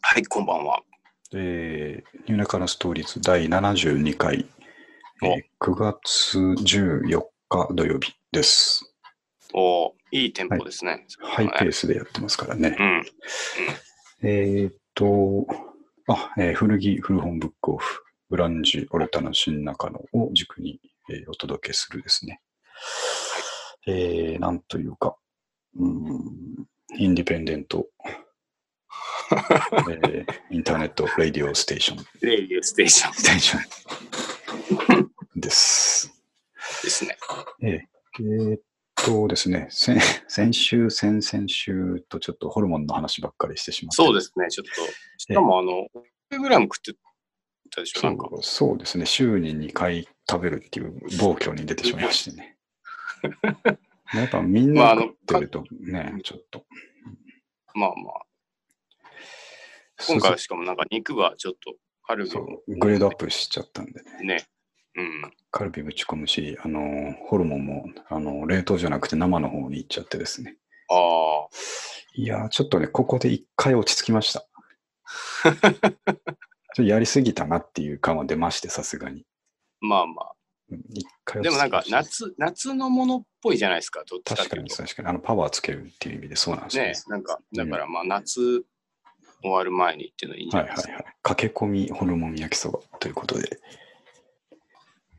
はい、こんばんは。えー、ニューナカのストーリーズ第72回、えー9月14日土曜日です。おお、いいテンポですね。ハイペースでやってますからね。うん。えーっと、あ、えー古着古本ブックオフ、ブランジオルタの新中野を軸に、えーお届けするですね。えー、なんというか、うーん、インディペンデント、えーインターネット、レディオステーション、スレイディオステーションテーションです。ですね。ええ。えーっとですね、先先週、先々週とちょっとホルモンの話ばっかりしてしまって。そうですね、ちょっと。しかも、あの、5グラム食ってたでしょ、なんか。そうそうですね、週に2回食べるっていう暴挙に出てしまいましてね。やっぱみんまあなあの食ってるとね、ちょっと。まあまあ、今回そうはしかもなんか肉がちょっとカルビそうそうグレードアップしちゃったんでね、ね。うん。カルビぶち込むし、あのホルモンもあの冷凍じゃなくて生の方に行っちゃってですね。ああ、いやー、ちょっとね、ここで一回落ち着きま した。ちょっとやりすぎたなっていう感は出まして、さすがに。まあまうん一回あ。落ちで着もなんきまかした夏、夏のものっぽいじゃないですか、どっちか確っかていうに、と。確かに。あの、パワーつけるっていう意味でそうなんですよねね、なんか、だからまあ、夏終わる前にっていうのいいんじはゃいなはいいですか。はい。駆け込みホルモン焼きそばということで。。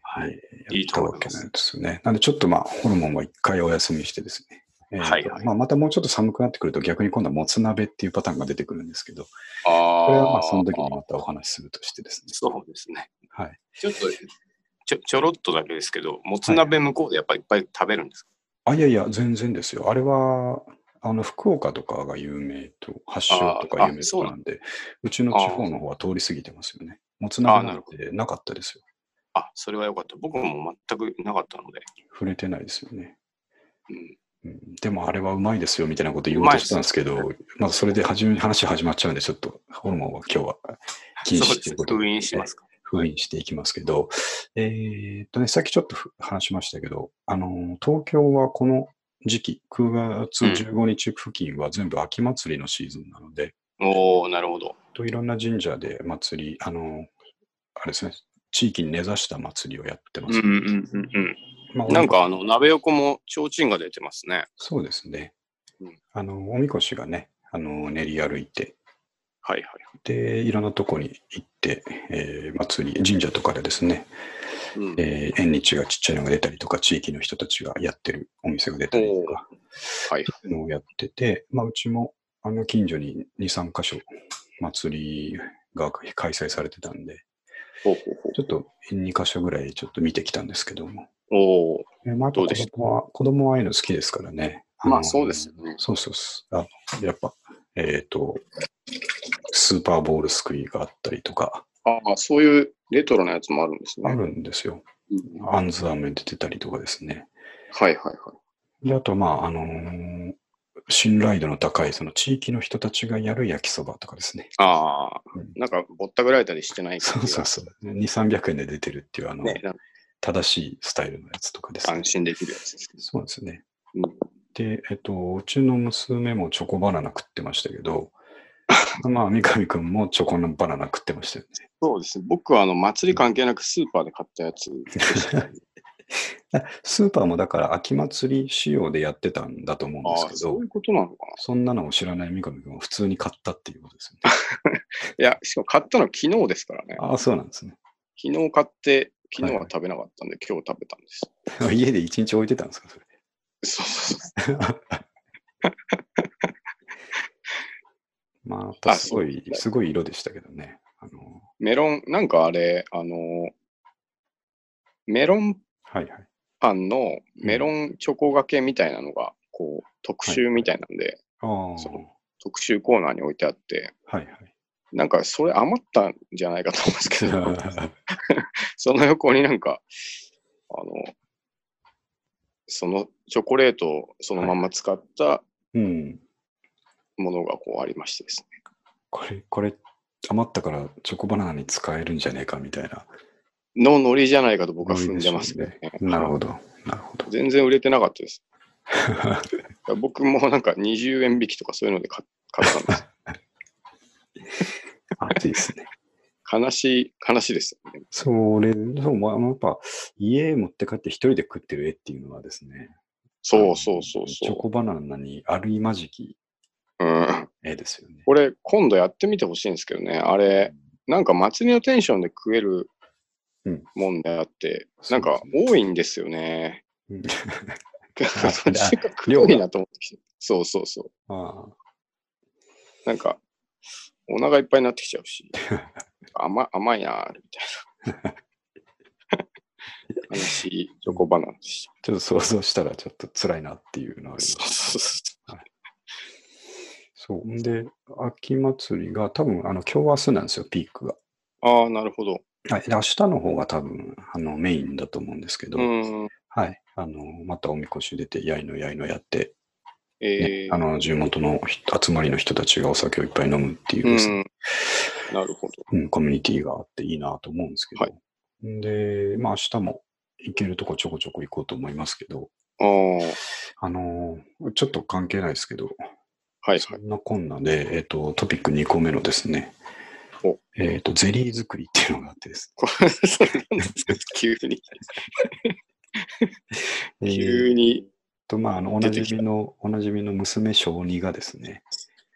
はいいやいっとた思いわまけすなんですよね。なんでちょっとまあ、ホルモンは一回お休みしてですね。えーとはいはいまあ、またもうちょっと寒くなってくると逆に今度はもつ鍋っていうパターンが出てくるんですけど、ああ。これはまあその時にまたお話しするとしてですね。そうですね。はい。ちょっとちょちょろっとだけですけど、もつ鍋向こうでやっぱりいっぱい食べるんですか、あ、いやいや、全然ですよ。あれは、あの、福岡とかが有名と、発祥とか有名とかなんで、うちの地方の方は通り過ぎてますよね。もつあ鍋ななるんほてなかったですよ。あ、それは良かった。僕も全くなかったので。触れてないですよね。うん、うんでもあれはうまいですよみたいなこと言おうとしたんですけうまど、まあそれで始め話始まっちゃうんで、ちょっとホルモンは今日は禁そう止といですうね。こと封で、印しますか。封印していきますけど、えーっとね、さっきちょっとふ話しましたけど、あの、東京はこの時期、9月15日付近は全部秋祭りのシーズンなので、おおなるほど。といろんな神社で祭り、あの、あれですね、地域に根ざした祭りをやってまうんす。うんうんまあうん。なんかあの、鍋横も提灯が出てますね。そうですねうん。あの、おみこしがね、あの練り歩いて、はいはで、いろんなとこに行って、えー祭り、神社とかでですね、い。うん、えー縁日がちっちゃいのが出たりとか、地域の人たちがやってるお店が出たりとか、はいそういうのをやってて、まあ、うちも、あの、近所に2、3箇所、祭りが開催されてたんで、ほうほうほうちょっと2箇所ぐらいちょっと見てきたんですけども、おおえーまあ、あとどう子でした供は、子供はああいうの好きですからね。まのあそうですよね。そうそうそう。あやっぱ、えっ、と、スーパーボールすくいがあったりとか、ああ、そういうレトロなやつもあるんですね。あるんですよ。うんアンズ飴出てたりとかですね。はいはいはい。で、あと、まあ、あのー信頼度の高い、その地域の人たちがやる焼きそばとかですね。ああうん、なんかぼったくられたりしてないそ感うじそうがそう。2、300円で出てるっていう、あの、ね、なんか正しいスタイルのやつとかです、ね安。心できるやつですね。そうですね。うんで、えっと、うちの娘もチョコバナナ食ってましたけど、まあ、三上くんもチョコのバナナ食ってましたよね。そうですね。僕はあの祭り関係なくスーパーで買ったやつ でしたね。スーパーもだから秋祭り仕様でやってたんだと思うんああで、すけそどうい、うことなのかそんなのを知らない三上くんは普通に買ったっていうことですよね。な。いや、しかも買ったのは昨日ですからね。ああ、そうなんですね。昨日買って、昨日はいははい食べなかったんで、今日食べたんです。 家で一日置いてたんですか、それ。そうそうそまたすごいあ、そうすごい色でしたけどね。あの、う。メロン、なんかあれ、あの、メロンはいはい。パンのメロンチョコがけみたいなのが、こう、特集みたいなんで、ああ、はいそう特集コーナーに置いてあって、はい。 なんかそれ余ったんじゃないかと思うんですけど、その横になんか、あの、そのチョコレートをそのまま使ったうん。ものがこうありましてですね。これ、これ、余ったからチョコバナナに使えるんじゃねえかみたいな。のノリじゃないかと僕は踏んでますけどね。なるほど。なるほ ど。全然売れてなかったです。僕もなんか20円引きとかそういうので買買ったんです。暑いですね。悲しい、悲しいですよね。それ、そう、まあ、やっぱ、家持って帰って一人で食ってる絵っていうのはですね、そうそうそうチョそコバナナにあるいまじきう。うん。絵ですよね。これ、今度やってみてほしいんですけどね。あれ、なんか祭りのテンションで食えるうんもんであって、そうなんですねか多いんですよね。 うんなんか量多がいなと思ってきて。そうそうそう。あなんか、お腹いっぱいになってきちゃうし、甘甘いなーみ たいな。悲しいチョコバナナでした。あ、ちょっと想像したらちょっと辛いなっていうのはありそまうす。そうそそう。んで、秋祭りが多分、あの、今日明日なんですよ、ピークが。う。ああ、なるほど。はい。で、明日の方が多分、あの、メインだと思うんですけど、うーん。はい。あの、またおみこし出て、やいのやいのやって、ねえー、あの、地元のひ集まりの人たちがお酒をいっぱい飲むっていううですね、ん。なるほど。うん、コミュニティがあっていいなと思うんですけど、はで、まあ明日も行けるとこちょこちょこ行こうと思いますけど、ああ、はいあのーちょっと関係ないですけど、はい。そんなこんなで、えっ、と、トピック2個目のですねお、えっ、と、ゼリー作りっていうのがあってですこれ、それなんですか 急に、ね、え急ーに。と、まあ、あの、おなじ出てきみの、おなじみの娘小児がですね、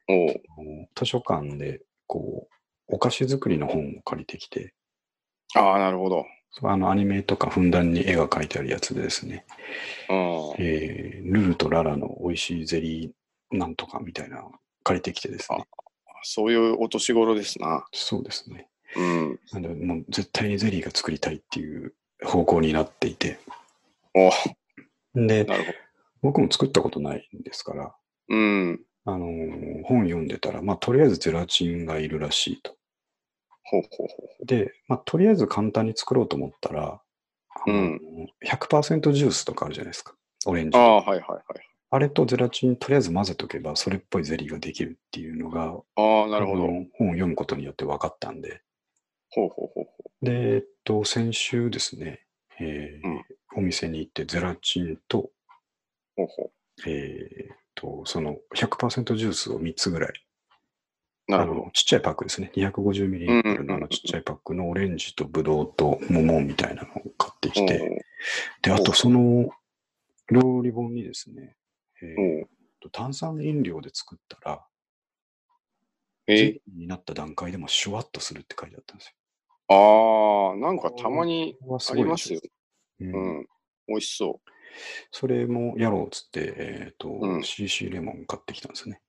おうあの図書館で、こう、お菓子作りの本を借りてきて、ああ、なるほど。そうあのアニメとかふんだんに絵が描いてあるやつでですね、うん。えールルとララの美味しいゼリーなんとかみたいなのを借りてきてですね。そういうお年頃ですな。そうですね。うん。なんで、もう絶対にゼリーが作りたいっていう方向になっていて。おうで、なるほど。僕も作ったことないんですから、うん。あのー本読んでたら、まあ、とりあえずゼラチンがいるらしいと。ほうほうほう。で、まあ、とりあえず簡単に作ろうと思ったら、あのー100%ジュースとかあるじゃないですか。オレンジあの。あ、はいはいあれとゼラチンとりあえず混ぜとけば、それっぽいゼリーができるっていうのが、はい。ああ、なるほど。あほうの本を読むことによって分かったんで。ほうほうほう。で、えっと、先週ですね、えーうんお店に行ってゼラチンと、ほうほえーっと、その100%ジュースを3つぐらい、う。なるほあど。のちっちゃいパックですね、250ml のあのちっちゃいパックのオレンジとブドウと桃みたいなのを買ってきて、で、あとその料理本にですね、えおうーっおうと炭酸飲料で作ったら、えゼリーになった段階でもシュワッとするって書いてあったんですよ。ああ、なんかたまにこれはすあごいりでますしょよ。うんうん。美味しそそれもやろうっつって、えっ、と、うん CC レモン買ってきたんですよね。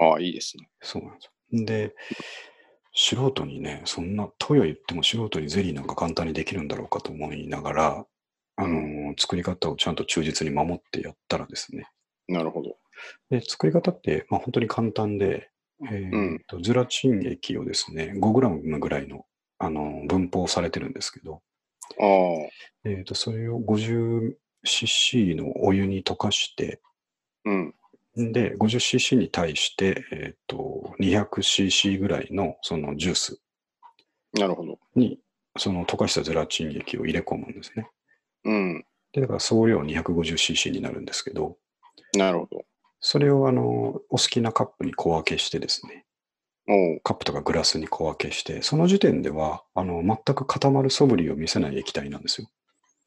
う。ああ、いいですね。そうなんですよ。で、素人にね、そんな、とや言っても素人にゼリーなんか簡単にできるんだろうかと思いながら、あのー作り方をちゃんと忠実に守ってやったらですね。なるほど。で、作り方って、まあ、本当に簡単で、えーとゼラチン液をですね、5g ぐらいの、あのー分包されてるんですけど、ああ、えーとそれを 50cc のお湯に溶かして、うん。で、50cc に対して、えっ、と、200cc ぐらいのそのジュースなるほど。に、その溶かしたゼラチン液を入れ込むんですね。うん。で、だから総量 250cc になるんですけど、なるほど。それをあの、お好きなカップに小分けしてですね、おう。カップとかグラスに小分けして、その時点では、あの、全く固まる素振りを見せない液体なんですよ。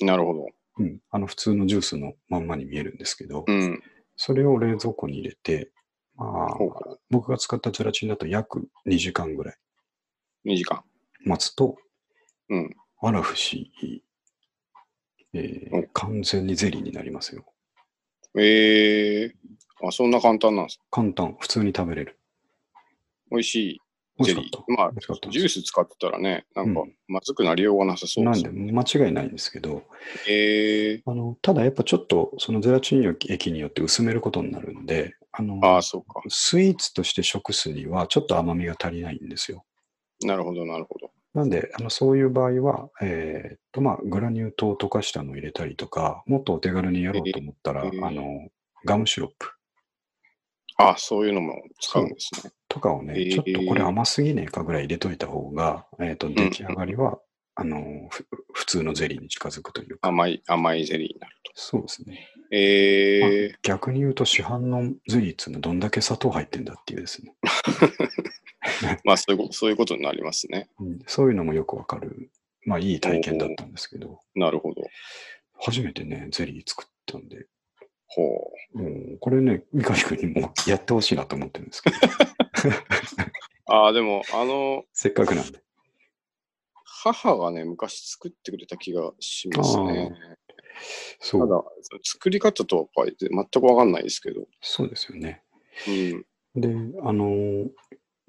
なるほど。うん。あの、普通のジュースのまんまに見えるんですけどう、ん。それを冷蔵庫に入れて、まあほうほう。僕が使ったゼラチンだと約2時間ぐらい2時間。待つと、うん。あら不思議。えーうん完全にゼリーになりますよ。ええあ、そんな簡単なんです。簡単、普通に食べれる。美味しい美ゼ味リしかっー。また。あ美、味しかったんですジュース使ってたらね、なんかう、まずくなりようがなさそうなでんすで、間違いないんですけど、ええあのただやっぱちょっとそのゼラチン液によって薄めることになるんで、あのああ、そうか。スイーツとして食すにはちょっと甘みが足りないんですよ。なるほど、なるほど。なんで、あのそういう場合は、えーっとまあ、グラニュー糖を溶かしたのを入れたりとか、もっとお手軽にやろうと思ったら、えーあのガムシロップああ、そういうのも使うんですね。とかをね、えーちょっとこれ甘すぎねえかぐらい入れといた方が、えー、と出来上がりは、あのふ普通のゼリーに近づくというか、甘い、甘いゼリーになると。そうですね、まあええ逆に言うと市販のゼリーっていうのはどんだけ砂糖入ってんだっていうですね。まあそういうこと、そういうことになりますね。うんそういうのもよくわかる。まあ、いい体験だったんですけど、なるほど。初めてね、ゼリー作ったんで、ほうんこれね、三上君にもやってほしいなと思ってるんです けど、う。ああ、でも、あの、せっかくなんで。母がね、昔作ってくれた気がしますね。たそ、だ、そうの作り方とは全くわかんないですけど。そうですよね。うん。で、あのー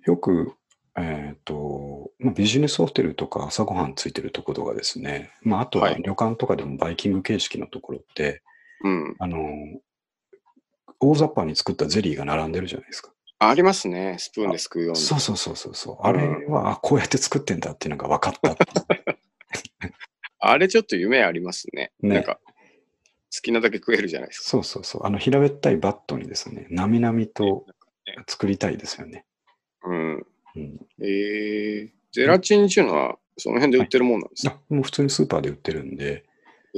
よく、えっ、と、まあ、ビジネスホテルとか朝ごはんついてるところがですね、まあ、あとははい旅館とかでもバイキング形式のところって、うん。あのー大雑把に作ったゼリーが並んでるじゃないですか。ありますね、スプーンですくうようそうに。そうそうそうそう。あれは、あこうやって作ってんだっていうのが分かったっていうねあれちょっと夢ありますね。ねなんか、好きなだけ食えるじゃないですか。そうそうそう。あの平べったいバットにですね、なみなみと作りたいですよね。うん。うん、えー、ゼラチンっていうのは、その辺で売ってるもんなんですか、あもう普通にスーパーで売ってるんで、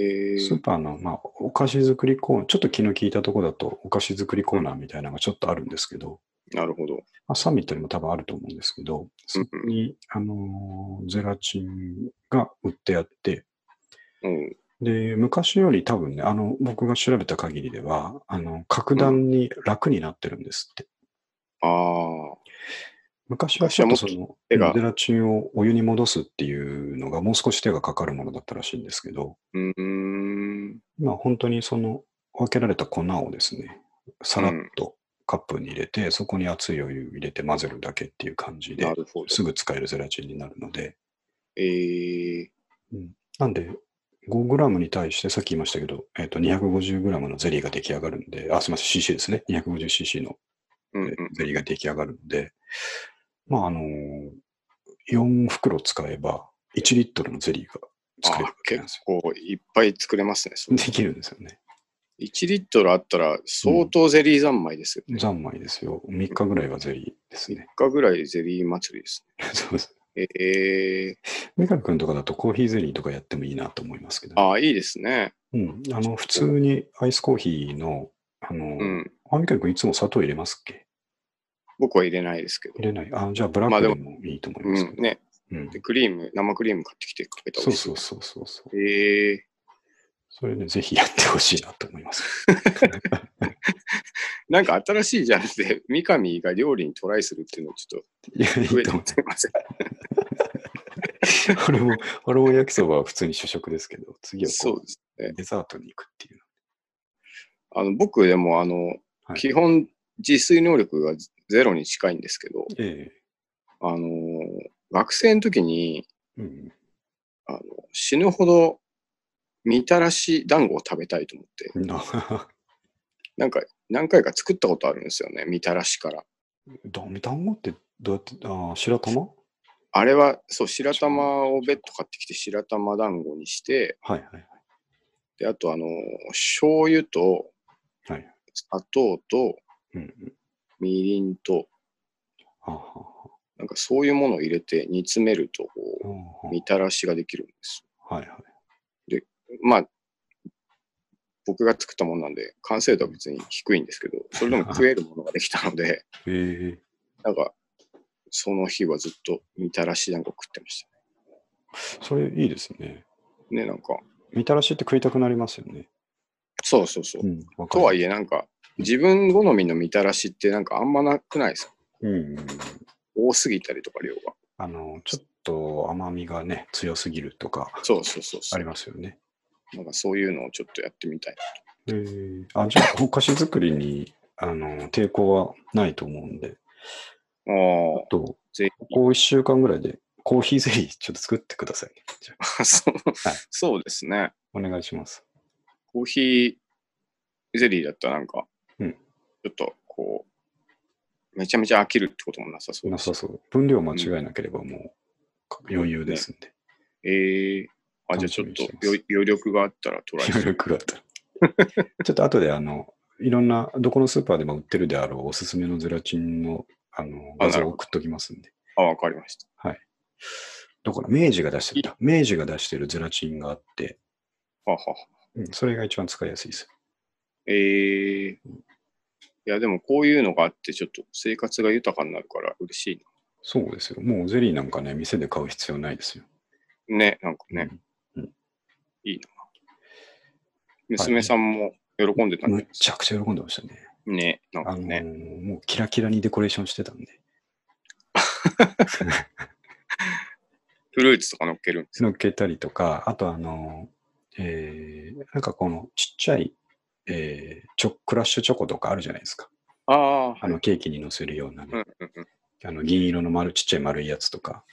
えスーー、パーの、まあ、お菓子作りコーナー、ちょっと気の利いたとこだと、お菓子作りコーナーみたいなのがちょっとあるんですけど、なるほど。まあ、サミットにも多分あると思うんですけど、そこに、あのーゼラチンが売ってあって、うん。で、昔より多分ね、あの、僕が調べた限りでは、あの、格段に楽になってるんですって。ああ、昔はちょっとその、手がゼラチンをお湯に戻すっていうのがもう少し手がかかるものだったらしいんですけど、うーん。まあ、本当にその分けられた粉をですね、さらっとカップに入れて、そこに熱いお湯入れて混ぜるだけっていう感じで、なるほど。すぐ使えるゼラチンになるので、えー、なんで、5g に対して、さっき言いましたけど、えっと 250g のゼリーが出来上がるんで、あ、すみません、CC ですね。250cc のうんうん。ゼリーが出来上がるので、まあ、あのー、4袋使えば、1リットルのゼリーが作れるわあけなんです結構いっぱい作れますね。そよ。れできるんですよね。 1リットルあったら相当ゼリー三昧ですよね。三昧ですよ。3日ぐらいはゼリーですね。 3日ぐらいゼリー祭りですそうです。ね。え三上君とかだとコーヒーゼリーとかやってもいいなと思いますけど、ー、ああ、いいですね。うん、あの普通にアイスコーヒーの、あの、うん。あ三上君いつも砂糖入れますっけ僕は入れないですけど。入れない。あ、じゃあブラックでもいいと思いうますけん、ど。ね。うんで、クリーム、生クリーム買ってきてかけた方そがういいですそようそうそうそう。えー、それね、ぜひやってほしいなと思い ます。なんか新しいジャンルで三上が料理にトライするっていうのをちょっいや、いいと増えと思うてま。すいません。 俺も、俺も焼きそばは普通に主食ですけど、次はそこうです。うデザートに行くっていう。あの僕でもあの、はい基本自炊能力がゼロに近いんですけど、えあの学生の時にえうん。あの死ぬほどみたらし団子を食べたいと思って、な なんか何回か作ったことあるんですよね、みたらしから。だ団子ってどうやって、あ、白玉はあれは、そう、白玉を別途買ってきて、白玉団子にして、いはいで、あと、あの、醤油とはい。はい。砂糖とうんうん。みりんと、はあはあはなんかそういうものを入れて煮詰めると、こあうんうんう、みたらしができるんです。はいはい。まあ、僕が作ったものなんで、完成度は別に低いんですけど、それでも食えるものができたので、 ええなんか、その日はずっとみたらし団子食ってましそれいいですね。たね。ね、なんか、みたらしって食いたくなりますよね。そうそうそう。ん、わかとはいえ。え、なんか、自分好みのみたらしってなんかあんまなくないですかうん。多すぎたりとか量が。あの、ちょっと甘みがね、強すぎるとか、そうそうそうそあうり。ますよね。なんかそういうのをちょっとやってみたい。ええあ、じゃあ、お菓子作りに、あの、抵抗はないと思うんで、あああ、と、ぜここ1週間ぐらいで、コーヒーゼリー ちょっと作ってくださいね、じゃあひ。 そうそうですね。お願いします。コーヒーゼリーだったらなんか、うんちょっとこう、めちゃめちゃ飽きるってこともなさそうなださし。そう。分量間違えなければもう余裕ですんで。ええあ、じゃあちょっと楽しみにしてます余余力があったらトライす余る。力があったら。 ちょっと後で、あの、いろんな、どこのスーパーでも売ってるであろうおすすめのゼラチンの、あの、あ画像なるをほ送っときますんで。あ、わかりました。だから、明治が出してる、明治が出してるゼラチンがあって、はあはあうん、それが一番使いやすいです。ええいや、でもこういうのがあって、ちょっと生活が豊かになるから嬉しいな。そうですよ。もうゼリーなんかね、店で買う必要ないですよ。ね、なんかね、娘さんも喜んでたむね。っちゃくちゃ喜んでましたね。ね、なんあかのーね。もうキラキラにデコレーションしてたんで。フルーツとか乗っけるんです乗っけたりとか、あとあの、えー、なんかこのちっちゃい、えー、チョクラッシュチョコとかあるじゃないですか。ああ、はいあのケーキに乗せるようなね、うんうんうん。あの銀色の丸、ちっちゃい丸いやつとか、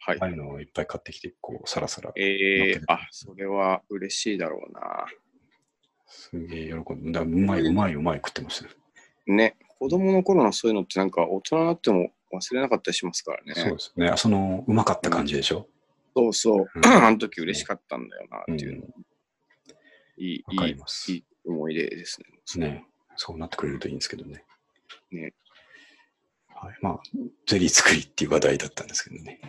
はいあ。あいうのをいっぱい買ってきて、こう、さらさら、え乗っけーて、あ、それは嬉しいだろうな。すげえ喜んで、だうまい、うまい、うまい食ってましたね。ね、子供の頃のそういうのってなんか大人になっても忘れなかったりしますからね。そうですね。あその、うまかった感じでしょ。そうそう。うん あの時嬉しかったんだよなっていうの、うんいい、わかいりい、ますい。い思い出ですね。ね。そうなってくれるといいんですけどね。ねはい。まあ、ゼリー作りっていう話題だったんですけどね。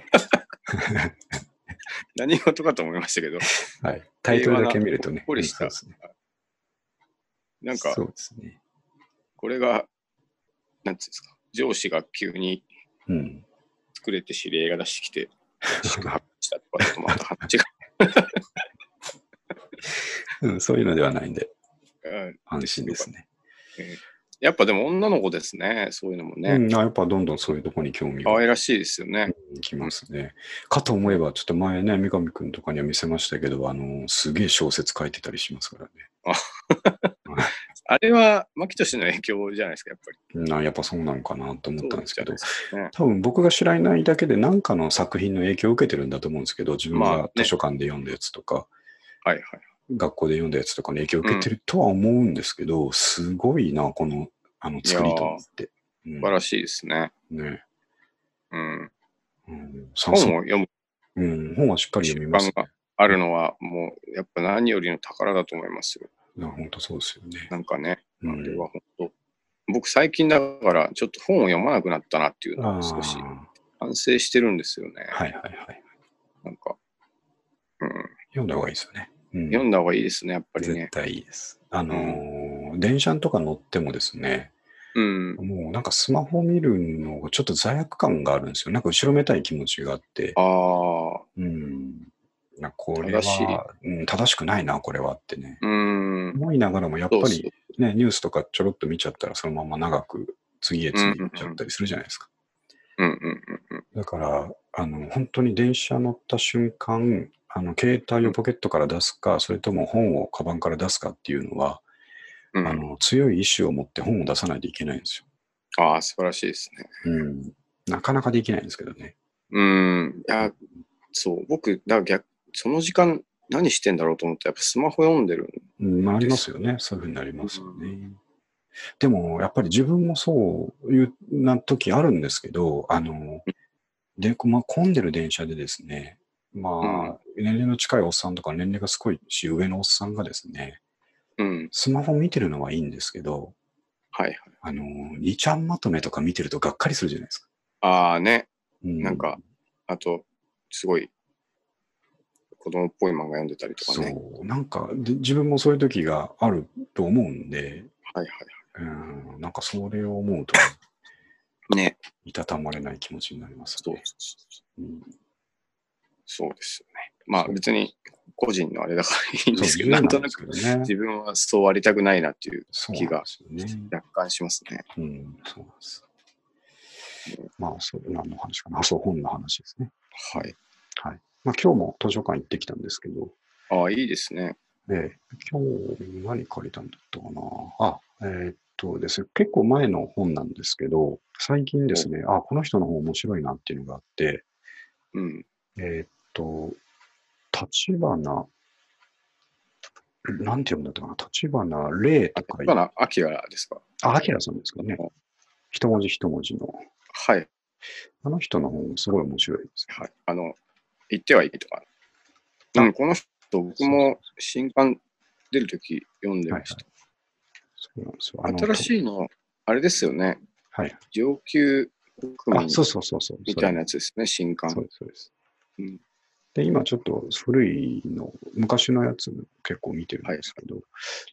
何事かと思いましたけど、 はい。タイトルだけ見るとね。ほっこりしたうんそうですねなんかそうですね。これが、なんていうんですか、上司が急にうん。作れて知り合いが出してき て、宿泊したとかだとまた話が、うん、そういうのではないんで、うん安心ですね。やっぱでも女の子ですね、そういうのもね。うん、あやっぱどんどんそういうとこに興味可が愛らしいですよね。きますね。かと思えば、ちょっと前ね、三上くんとかには見せましたけど、あの、すげえ小説書いてたりしますからね。あれは、牧俊の影響じゃないですか、やっぱり。うんあやっぱそうなのかなと思ったんですけど、そうじゃないです多分僕が知らないだけで何かの作品の影響を受けてるんだと思うんですけど、自分まあがね図書館で読んだやつとか、かね。はいはい。学校で読んだやつとかの影響を受けてるとは思うんですけど、すごいな、この、あの、作りと思って。うん素晴らしいですね。ね。うん。うん、本本を読むうん、本はしっかり読みます、ね。習慣あるのは、もう、やっぱ何よりの宝だと思いますよ。いや本当そうですよね。なんかね、あうんれは本当。僕、最近だから、ちょっと本を読まなくなったなっていうのあーを少し反省してるんですよね。はいはいはい。なんか、うん、読んだ方がいいですよね。うん、読んだ方がいいですね、やっぱりね絶。対いいです。あのー電車とか乗ってもですね、うん。もうなんかスマホ見るのがちょっと罪悪感があるんですよ。なんか後ろめたい気持ちがあって、ああ、うん、なんかこれは正しいうん、正しくないな、これはってね。うん。思いながらもやっぱそうそうりね、ニュースとかちょろっと見ちゃったら、そのまま長く次へ次へ行っちゃったりするじゃないですか。うんうんうんうん。だから、あの、本当に電車乗った瞬間、あの、携帯をポケットから出すか、それとも本をカバンから出すかっていうのは、うん、あの、強い意志を持って本を出さないといけないんですああ、素晴らしいですね。よ。うん。なかなかできないんですけどね。うん。いや、そう、僕、だから逆、その時間、何してんだろうと思って、やっぱスマホ読んでる。うん、まあ、ありますよね。そういうふうになりますよね。でも、やっぱり自分もそういうな時あるんですけど、あの、で、こまあ、混んでる電車でですね、まあ、年齢の近いおっさんとか、年齢がすごいし、上のおっさんがですね、うん。スマホ見てるのはいいんですけど、はいはい。あの、2ちゃんまとめとか見てるとがっかりするじゃないですか。ああね、うなんか、あと、すごい、子供っぽい漫画読んでたりとかそね。う、なんかで、自分もそういう時があると思うんで、はいはうん、なんかそれを思うと、い。ね。いたたまれない気持ちになりますそうね。うんそうですよね。まあそう別に個人のあれだからいいんそうです自け由ど、 なんとなですくけどね。自分はそうありたくないなっていうそう気がそうなんですよね。若干しますね。うん、そうなんです。まあ、そう、何の話かな。あそう、本の話ですね。はい。まあ、今日も図書館行ってきたんですけど、ああ、いいですね。で、今日何借りたんだったかなあ、えーっとですね、結構前の本なんですけど、最近ですね、あ、この人の本面白いなっていうのがあって、うん。えーっと、立花、なんて読むんだったかな立花霊とかかな、秋がですか。あ、アキラさんですかねうん。一文字一文字の。はい。あの人の本、すごい面白いです。はい。あの、行ってはいいとか。うん、この人、僕も新刊出るとき読んでましそうなんですよ。た。新い。しいの、あれですよね。はい。上級国あ、民そうそうそうそう。みたいなやつですね、新刊。そうです、そうです。うんで、今ちょっと古いの、昔のやつ結構見てるんですけど、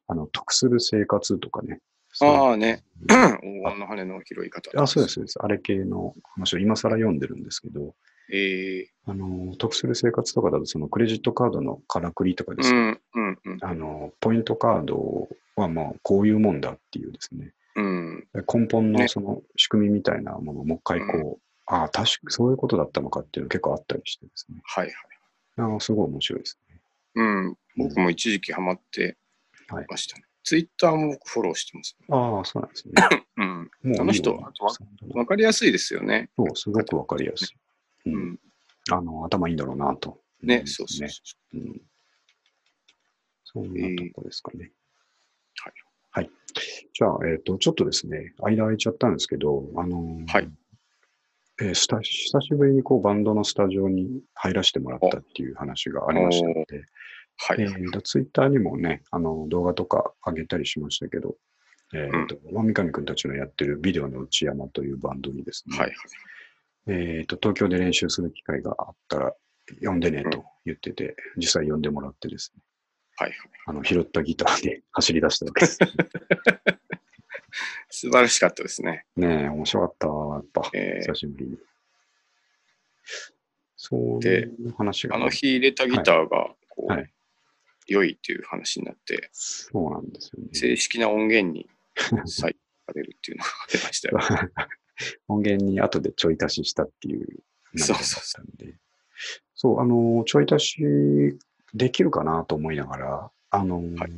あの、得する生活とかね、ああね、黄金の羽の拾い方。あ、そうです、そうです。あれ系の話を今更読んでるんですけど、ええあの、得する生活とかだと、そのクレジットカードのからくりとかですうね、ん、うん、うんあの、ポイントカードはまあ、こういうもんだっていうですね、うん。根本のねその仕組みみたいなものをもう一回こう、ああ、確かそういうことだったのかっていうの結構あったりしてですね、はいはい。あのすごい面白いですね。うん。僕も一時期ハマってはいましたね。ツイッターも僕フォローしてます、ね。ああ、そうなんですね。うん。 もうあの人いいよあとはそわかりやすいですよね。う、すごくわかりやすい。ううんん。あの頭いいんだろうなと。ね、そうそうそう。うん。そんなとこですかね。はいはい。じゃあ、えっ、と、ちょっとですね、間空いちゃったんですけど、あのーはいえースタ久しぶりにこうバンドのスタジオに入らせてもらったっていう話がありましたので、はい。えーとツイッターにもね、あの動画とか上げたりしましたけど、えーとまあ、三上くんたちのやってるビデオの内山というバンドにですね、はいはい。えー、と東京で練習する機会があったら呼んでねと言ってて、実際呼んでもらってですね、はいはい。あの拾ったギターで 走り出したわけで す。素晴らしかったですね。ねえ、面白かったわ、やっぱ、えー久しぶりに。そういでう話があね、の日入れたギターが、こう、はい良いっていう話になって、そうなんですよね。正式な音源に採用されるっていうのが出ましたよ。 音源に後でちょい足ししたっていう流れだそうっそうたんで。そう、あの、ちょい足しできるかなと思いながら、あの、はい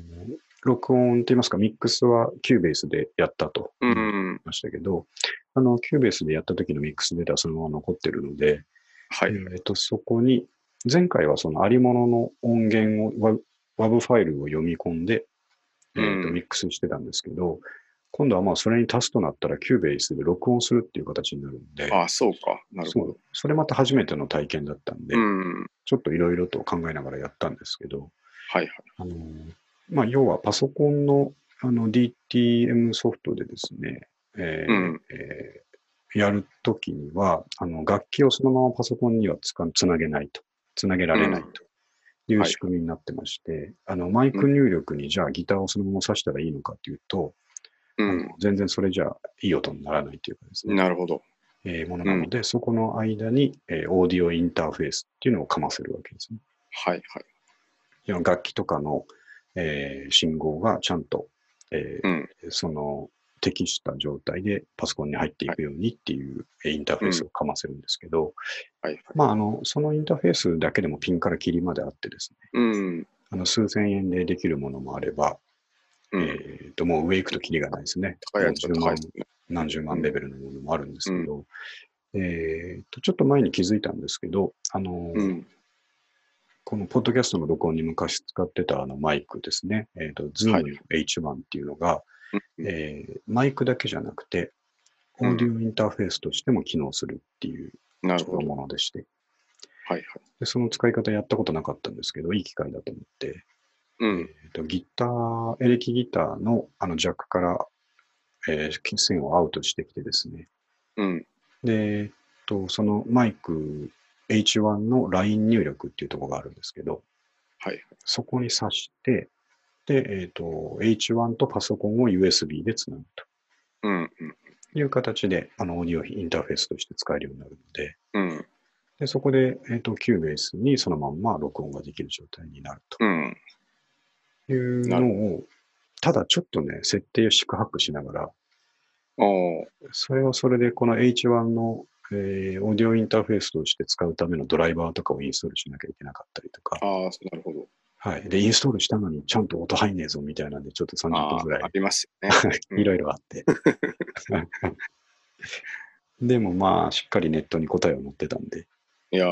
録音といいますか、ミックスはキューベースでやったとう言いん。ましたけど、あの、キューベースでやった時のミックスデータはそのまま残ってるので、はい。えっと、そこに、前回はそのありものの音源を、WAV WAV ファイルを読み込んで、えっとうんミックスしてたんですけど、今度はまあそれに足すとなったら、キューベースで録音するっていう形になるんで、ああ、そうか。なるそほどう。それまた初めての体験だったんで、うん。ちょっといろいろと考えながらやったんですけど、はいはい。あのーまあ、要はパソコンのあの DTM ソフトでですね、えーうんえーやるときにはあの、楽器をそのままパソコンにはつかつなげないと、つなげられないと。いはうい仕組みになってまして、あのマイク入力にじゃあギターをそのまま挿したらいいのかっていうと、うあんの。全然それじゃあいい音にならないというかですね、なるほど。えーものなので、そこの間に、えーオーディオインターフェースっていうのをかませるわけですね。はいはい。要は楽器とかの、えー信号がちゃんと、えーうん。その適した状態でパソコンに入っていくようにっていうえーインターフェースをかませるんですけど、はいはい。まあ、あのそのインターフェースだけでもピンからキリまであってですね、うん。あの数千円でできるものもあれば、うんえーともう上行くとキリがないですね。高いやつはもう10高い万ですね。何十万レベルのものもあるんですけど、えーとちょっと前に気づいたんですけど、あのーうん。このポッドキャストの録音に昔使ってたあのマイクですね、えーと、Zoom はいの H1 っていうのが、うんえーマイクだけじゃなくて、オうんーディオインターフェースとしても機能するっていうなるほど。ものでして、はいはい。でその使い方やったことなかったんですけど、いい機会だと思って、うん。えーとギター、エレキギターのあのジャックから、えー線をアウトしてきてですね、うん。で、えっと、そのマイク H1 のライン入力っていうところがあるんですけど、はいはい。そこに挿して、で、えっと、H1 とパソコンを USB でつなぐうん。うんという形で、あの、オーディオインターフェースとして使えるようになるので、うん。でそこで、えっと、キューベースにそのまんま録音ができる状態になるうん。というなのを、ただちょっとね、設定を宿泊しながら、おーそれはそれで、この H1 の、えーオーディオインターフェースとして使うためのドライバーとかをインストールしなきゃいけなかったりとか、ああ、なるほど。はい。で、インストールしたのにちゃんと音入んねえぞみたいなんで、ちょっと30あ分あぐらいー、ありますよね。 うんいろいろあ って。でもまあ、しっかりネットに答えを載ってたんで、いやー、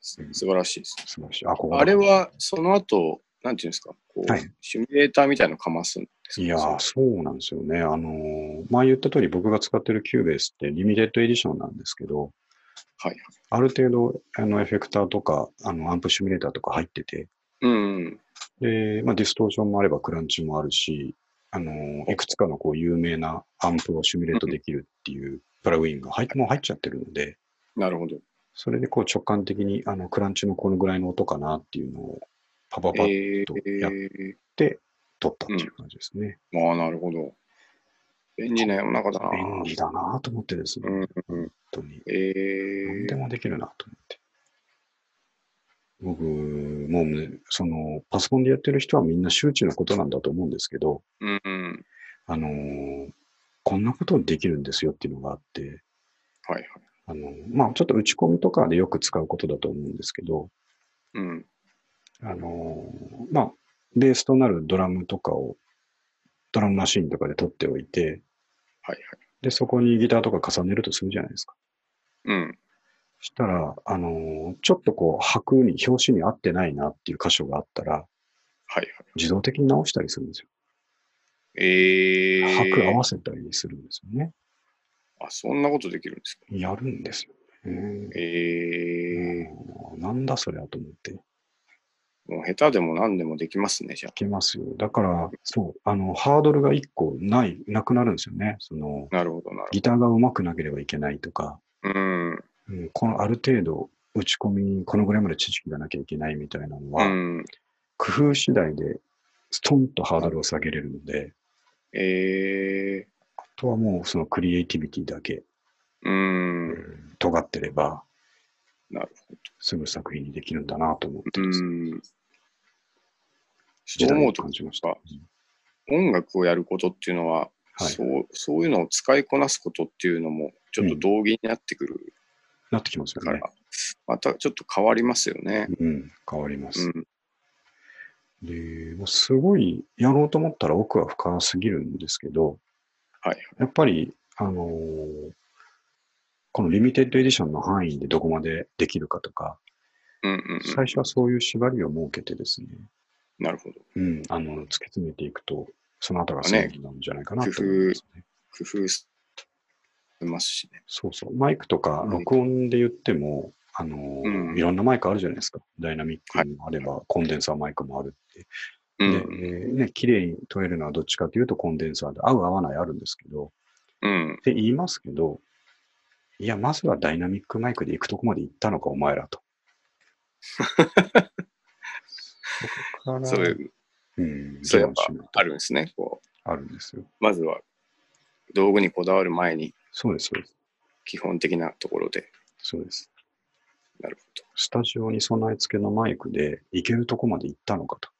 すうん素晴らしいですね。素晴らしい。あ、ここだあれは、その後、なんていうんですか、こう、はいシミュレーターみたいなのかますんですかいやー、そうなんですよね。あのー前言った通り僕が使ってるキューベースってリミテッドエディションなんですけど、はい。ある程度、あの、エフェクターとか、あの、アンプシミュレーターとか入ってて、うん。で、まあ、ディストーションもあればクランチもあるし、あのーいくつかのこう、有名なアンプをシミュレートできるっていうプラグインが入って、もう入っちゃってるので、なるほど。それでこう直感的にあのクランチのこのぐらいの音かなっていうのをパパパッえとやっー、て撮ったっていう感じですね。まあ、なるほど。便利な世の中だな。便利だなと思ってですね、うんうん本当に。え何でー、もできるなと思って。僕、もうね、その、パソコンでやってる人はみんな周知のことなんだと思うんですけど、うんうん。あのーこんなことできるんですよっていうのがあって、はいはい。あのーまあ、ちょっと打ち込みとかでよく使うことだと思うんですけど、うん。あのーまあ、ベースとなるドラムとかを、ドラムマシンとかで取っておいて、はいはい。で、そこにギターとか重ねるとするじゃないですか。うん。したら、あのーちょっとこう、拍に、表紙に合ってないなっていう箇所があったら、はいはい。自動的に直したりするんですよ。えー、拍合わせたりするんですよね。あ、そんなことできるんですか。やるんですよね。えうんなんだそりゃと思って。いー、もう下手でも何でもできますね、じゃけますよ。だから、そう、あの、ハードルが一個ない、なくなるんですよね。その、あ。なるほど、なるギターが上手くなければいけないとか、ほど。うん。うん、このある程度打ち込みにこのぐらいまで知識がなきゃいけないみたいなのは、うん。工夫次第でストンとハードルを下げれるので、えあとはもうそのクリエイティビティだけ、ー、うん。尖ってれば、なるすぐ作品にできるんだなと思ってうます。ん。そ時う代思うをと感、じました。なん音楽をやることっていうのは、はい、そうそういうのを使いこなすことっていうのも、ちょっと道義になってくるなってきますかよら、ね。またちょっと変わりますよね。うん、変わりまうす。ん。で、もうすごいやろうと思ったら奥は深すぎるんですけど、はい。やっぱり、あのーこのリミテッドエディションの範囲でどこまでできるかとか、うんうん、うん。最初はそういう縛りを設けてですね、なるほど。うん、あの、突き詰めていくと、その後が正義なんじゃないかなと思いますね。工夫しますしね。そうそう。マイクとか録音で言っても、あのーうんいろんなマイクあるじゃないですか。ダイナミックもあれば、コンデンサーマイクもあるって。うで、ん。えーね、綺麗に撮れるのはどっちかというとコンデンサーで、合う合わないあるんですけど、うんっ。て言いますけど、いや、まずはダイナミックマイクで行くとこまで行ったのか、お前ら と。そこから、そういうう、ん、そうやっ議論しないとぱあるんですね。こう、あるんですよ。まずは道具にこだわる前に、そうです、そうです。基本的なところで。そうです。なるほど。スタジオに備え付けのマイクで行けるとこまで行ったのかと。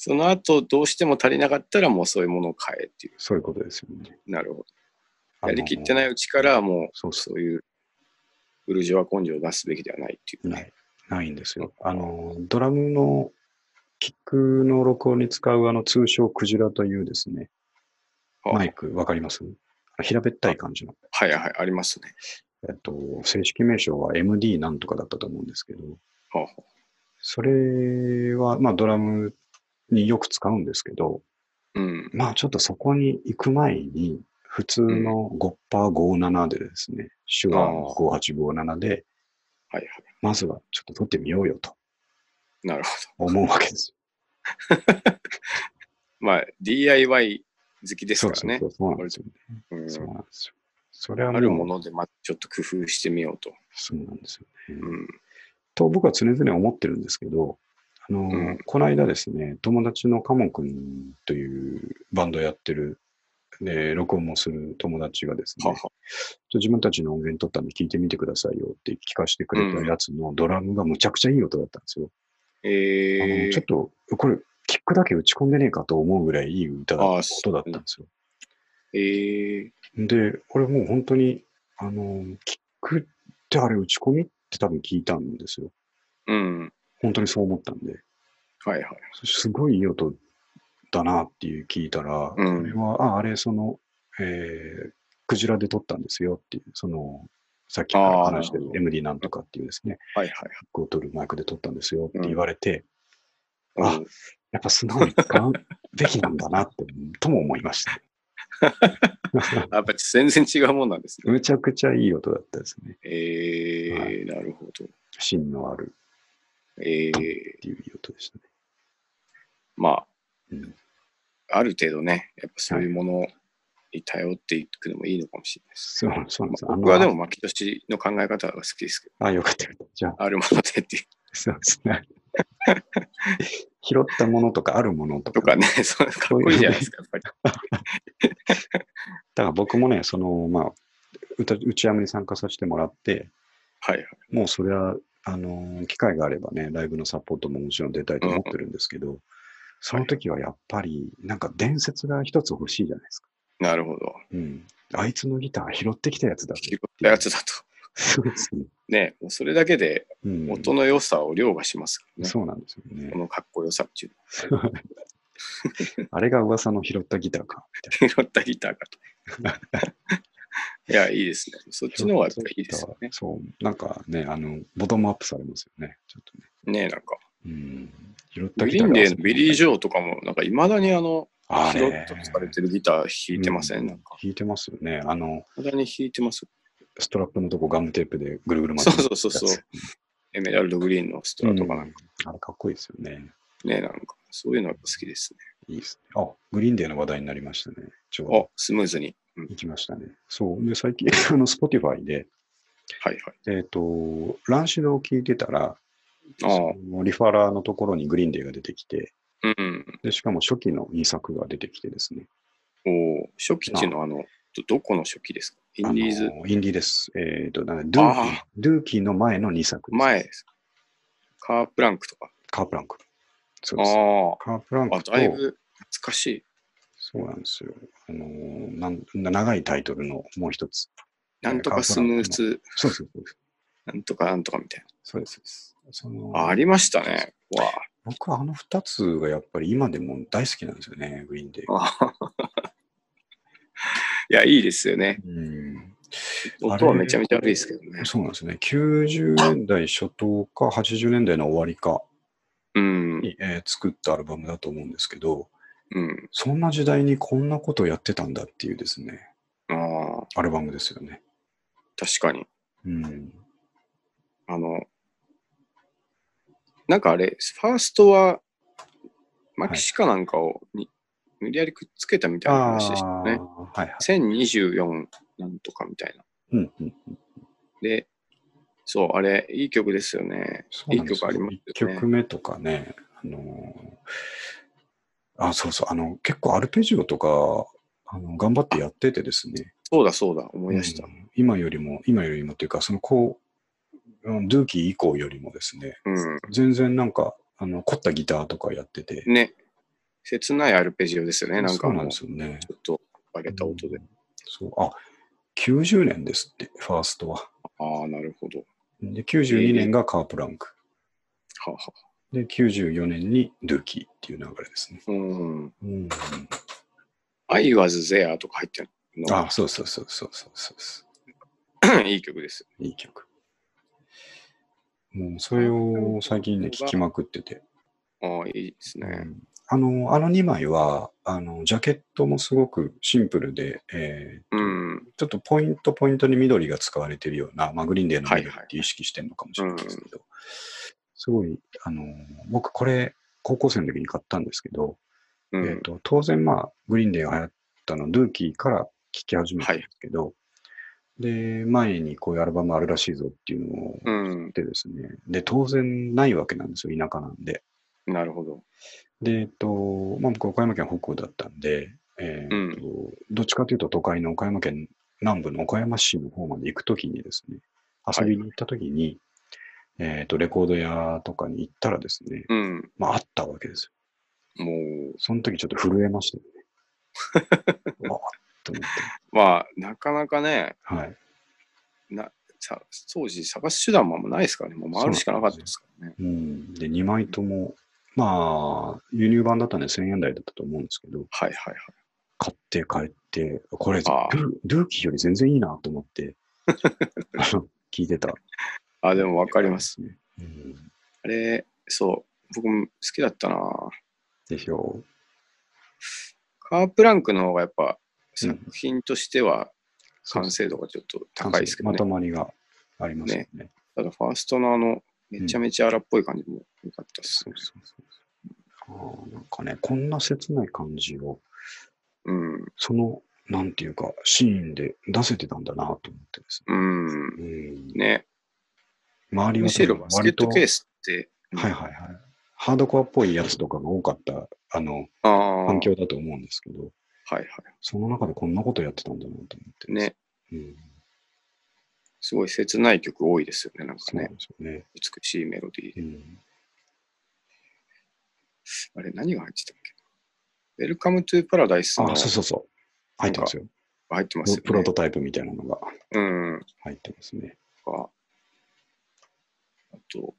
その後、どうしても足りなかったら、もうそういうものを変えっていう。そういうことですよね。なるほど。やりきってい。ないうちから、もそうう、そ。そういう、ブルジョワ根性を出すべきではないっていううなね。い。ないんですよ。あの、ドラムのキックの録音に使うあの通称クジラというですね、あマイク、わかりますあの平べったい感じの。はいはい、ありますね。えっと、正式名称は MD なんとかだったと思うんですけど、はあはあそれは、まあ、ドラムによく使うんですけど、うん。まあ、ちょっとそこに行く前に、普通の5パー57でですね、手話あ5857で、はいはい。まずはちょっと撮ってみようよとなるほ思うわけですよ。ど。まあ、DIY 好きですからねそ。うそうそう、そうなんですよね。うんそうなんですよ。それはあるももうので、まあ、ちょっと工夫してみようと。そうなんですよね。うん。と僕は常々思ってるんですけど、あのーうんこの間ですね、友達のカモン君というバンドやってる、で録音もする友達がですはあねは、ちょ自分たちの音源取ったんで聞いてみてくださいよって聞かせてくれたやつのドラムがむちゃくちゃいい音だったんですよ。あのえちょっー、と、これ、キックだけ打ち込んでねえかと思うぐらいいい歌だああ音だったんですよ。えー、で、俺もう本当に、あのーキックってあれ打ち込みって多分聞いたんですよ。うん。本当にそう思ったんで。はいはい。すごいいい音だなっていう聞いたら、うんこれは、あ、あれ、その、えークジラで撮ったんですよっていう、その、さっきから話してあーなるるほど MD なんとかっていうですね、はいはいこう撮るマイクで撮ったんですよってうん言われて、はあい。うんやっぱ素直に使うべきなんだなって、とも思いま した。 あやっぱ全然違うもんなんですね。むちゃくちゃいい音だったですね。えーはなるほど。芯のあるえー、っていういい音でしたね。まあ、うんある程度ね、やっぱそういうものに頼っていくのもいいのかもしれないです。そうそうなんです。まああの僕はでも、巻き年の考え方が好きですけど、あ、よかったよかった。じゃあ、あるものでっていう。そうですね。拾ったものとかあるものとか。とかね、そう かっこいいじゃないですか、やっぱり。だから僕もね、その、まあ、うた打ち上げに参加させてもらって、はいはい。もうそれは、あのー機会があればね、ライブのサポートももちろん出たいと思ってるんですけど、その時はやっぱり、なんか伝説が一つ欲しいじゃないですか。なるほど。うん。あいつのギター拾ってきたやつだ 拾ったやつだと。そうですね。ね、もうそれだけでうん。音の良さを凌駕しますからね。そうなんですよねこ。のかっこよさっていう あれが噂の拾ったギターか。みたいの。拾ったギターか と。いや、いいですね。そっなちの方がやっぱりいいですよね。そう。なんかね、あの、ボトムアップされますよね。ちょっとね。ねえ、なんか。うん。拾ったグギリターーンがデーのビリー・ジョーとかも、なんかいまだにあの、あ拾れっとされてるギター弾いてません、うなんか。弾いてますよね。あの、いまだに弾いてます。ストラップのとこガムテープでぐるぐるそう巻そうそうそう。 エメラルドグリーンのストラとかなんか、あれかっこいいですよね。ね、なんか、そういうのやっぱ好きですね。いいですね。あ、グリーンデーの話題になりましたね。ちょうあど。、スムーズに。うん行きましたね。そう。で、最近、 あの、Spotify で、はいはい。えっ、と、ランシドを聞いてたら、ああそのリファラーのところにグリーンデーが出てきて、うん。で、しかも初期の2作が出てきてですね。おー初期っていうのは、あの、どどこの初期ですかインディーズあのインディーです。えっ、と、なんでドゥーキーあ、ドゥーキーの前の2作です。前ですかカープランクとか。カープランク。そうです。あカープランあ。あ、クと、だいぶ懐かしい。そうなんですよ。あのーなん、長いタイトルのもう一つ。なんとかスムーズ、そうそうそうです。なんとかなんとかみたいそうですそうです。そのな。あ、ありましたね。わ僕はあの二つがやっぱり今でも大好きなんですよね、グリーンデー。あ。 いや、いいですよね。うん、音はめちゃめちゃ悪いですけどね。そうなんですね。90年代初頭か80年代の終わりかうん。に、えー作ったアルバムだと思うんですけど、うん。そんな時代にこんなことをやってたんだっていうですね、ああ、アルバムですよね。確かに。うん。あの、なんかあれ、ファーストは、マキシカなんかをに、無理やりくっつけたみたいな話でしたよね。あーはいはい。 1024なんとかみたいな。うんうん、で、そう、あれ、いい曲ですよね。そうなんですいい曲あります1よね曲目とかね、あのーあ、そうそう、あの、結構アルペジオとか、あの頑張ってやっててですね、そうだ、そうだ、思い出した。うん今よりも、今よりもっていうか、そのこう、うんドゥーキー以降よりもですね、うん。全然なんか、あの凝ったギターとかやってて、ね、切ないアルペジオですよね。なんそかうなもんう、でちすよね。ょっと上げた音でう。んそうあ90年ですって、ファーストは。ああ、なるほど。で、92年がカープランク。はあはあ。で、94年にドゥーキーっていう流れですね。うん。うん、 I was there とか入ってるの。あ、そうそうそうそうそうそうです。いい曲です。いい曲。もうそれを最近ね、聴きまくってて。ああ、いいですうね。んあの、あの2枚は、あの、ジャケットもすごくシンプルで、えうん。ーちょっとポイントポイントに緑が使われてるような、まあ、グリーンデーの緑はいはっいて意識してるのかもしれないですけど、すごい、あの、僕これ、高校生の時に買ったんですけど、うえっん。と、当然まあ、グリーンデーが流行ったの、ドゥーキーから聴き始めたんですけど、で、前にこういうアルバムあるらしいぞっていうのをうん。でですね、で、当然ないわけなんですよ、田舎なんで。なるほど。で、えっと、まあ、僕、岡山県北部だったんで、えーっとどっちかというと都会の岡山県南部の岡山市の方まで行くときにですね、遊びに行ったときに、えーっと、レコード屋とかに行ったらですね、うん。まあ、あったわけですよ。もう、その時ちょっと震えましたよね。わーっと思って。まあ、なかなかね、はい。さ当時探す手段もあんまないですからね。もう回るしかなかったですからね。うん。で、2枚とも、まあ、輸入版だったんで1000円台だったと思うんですけど、はいはいはい。買って帰って、これ、ルああールーキーより全然いいなと思 って、あの聞いてた。あ、でもわかります。ね。うん。あれ、そう、僕も好きだったな。でしょう。カープランクの方がやっぱうん作品としては完成度がちょっと高いですけどまね。とまりがありますよね。ただファーストのあの、めちゃめちゃ荒っぽい感じも良かったですそねう。そうそう。ああ、なんかね、こんな切ない感じを、うん。その、なんていうか、シーンで出せてたんだなと思ってですうん。ね。うん。ね。周りはむしろバスケットケース。スって、はいはいはい。ハードコアっぽいやつとかが多かった、あの、ああ。は環い境だと思うんですけど、はい。その中でこんなことやってたんだなと思って。ね。うん。すごい切ない曲多いですよね、なんかそうなんね。ですよね。美しいメロディうー。ん。あれ、何が入ってたっけウェルカムトゥパラダイスのあ、そうそうそう。入ってますよ。入ってますよ、ね。プロトタイプみたいなのがうん。入ってますね。かあと、